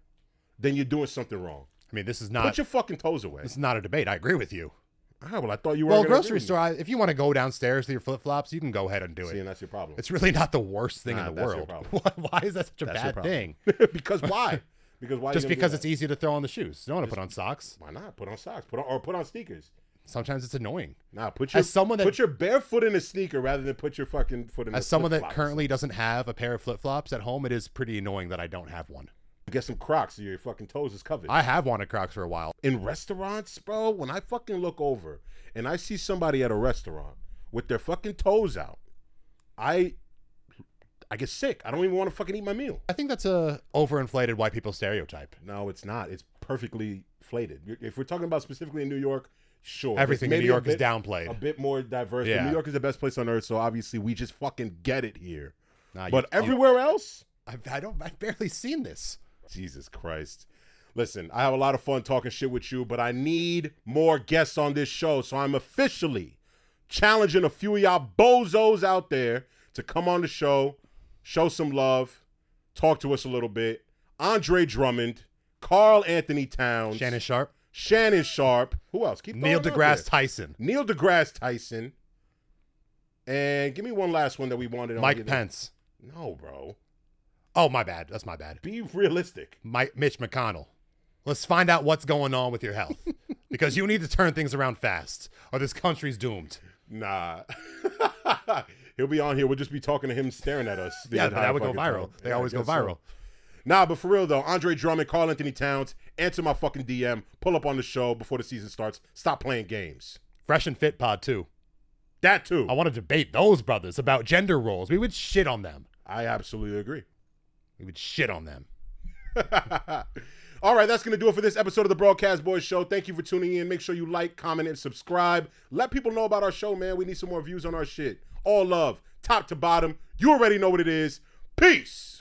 then you're doing something wrong. I mean, this is Put not your fucking toes away. this is not a debate. I agree with you. Ah, well, I thought you were Well, grocery store. I, if you want to go downstairs to your flip flops, you can go ahead and do See, it. and that's your problem. It's really not the worst thing Nah, in the that's your world. problem. Why, why is that such a That's your bad problem. thing? because why? Because why? you Just gonna do because that? it's easy to throw on the shoes. You don't want to put on socks. why not? Put on socks. Put on or put on sneakers. Sometimes it's annoying. Nah, put your As someone that- put your bare foot in a sneaker rather than put your fucking foot in. a As someone that flip-flop. currently doesn't have a pair of flip flops at home, it is pretty annoying that I don't have one. get some Crocs, so your fucking toes is covered. I have wanted Crocs for a while. in restaurants, bro, when I fucking look over and I see somebody at a restaurant with their fucking toes out, I I get sick. I don't even want to fucking eat my meal. I think that's a overinflated white people stereotype. No, it's not. It's perfectly inflated. You're- If we're talking about specifically in New York, sure. It's Everything in maybe New a York is bit- downplayed. A bit more diverse. but Yeah. New York is the best place on earth, so obviously we just fucking get it here. Nah, you- but you- everywhere else, I've, I don't. I've barely seen this. Jesus Christ. Listen, I have a lot of fun talking shit with you, but I need more guests on this show. So I'm officially challenging a few of y'all bozos out there to come on the show, show some love, talk to us a little bit. Andre Drummond, Carl Anthony Towns, Shannon Sharp, Shannon Sharp. Who else? Keep Neil throwing them out deGrasse there. Tyson, Neil deGrasse Tyson. And give me one last one that we wanted on Mike either- Pence. No, bro. Oh, my bad. That's my bad. Be realistic. Mike, Mitch McConnell. Let's find out what's going on with your health because you need to turn things around fast, or this country's doomed. Nah. He'll be on here. We'll just be talking to him staring at us. the Yeah, entire that would go fucking viral. time. They Yeah, I always go guess so. viral. Nah, but for real though, Andre Drummond, Carl Anthony Towns, answer my fucking DM. Pull up on the show before the season starts. Stop playing games. Fresh and Fit Pod too. That too. I want to debate those brothers about gender roles. We would shit on them. I absolutely agree. We would shit on them. All right, that's going to do it for this episode of the Broadcast Boys Show. Thank you for tuning in. Make sure you like, comment, and subscribe. Let people know about our show, man. We need some more views on our shit. All love, top to bottom. You already know what it is. Peace.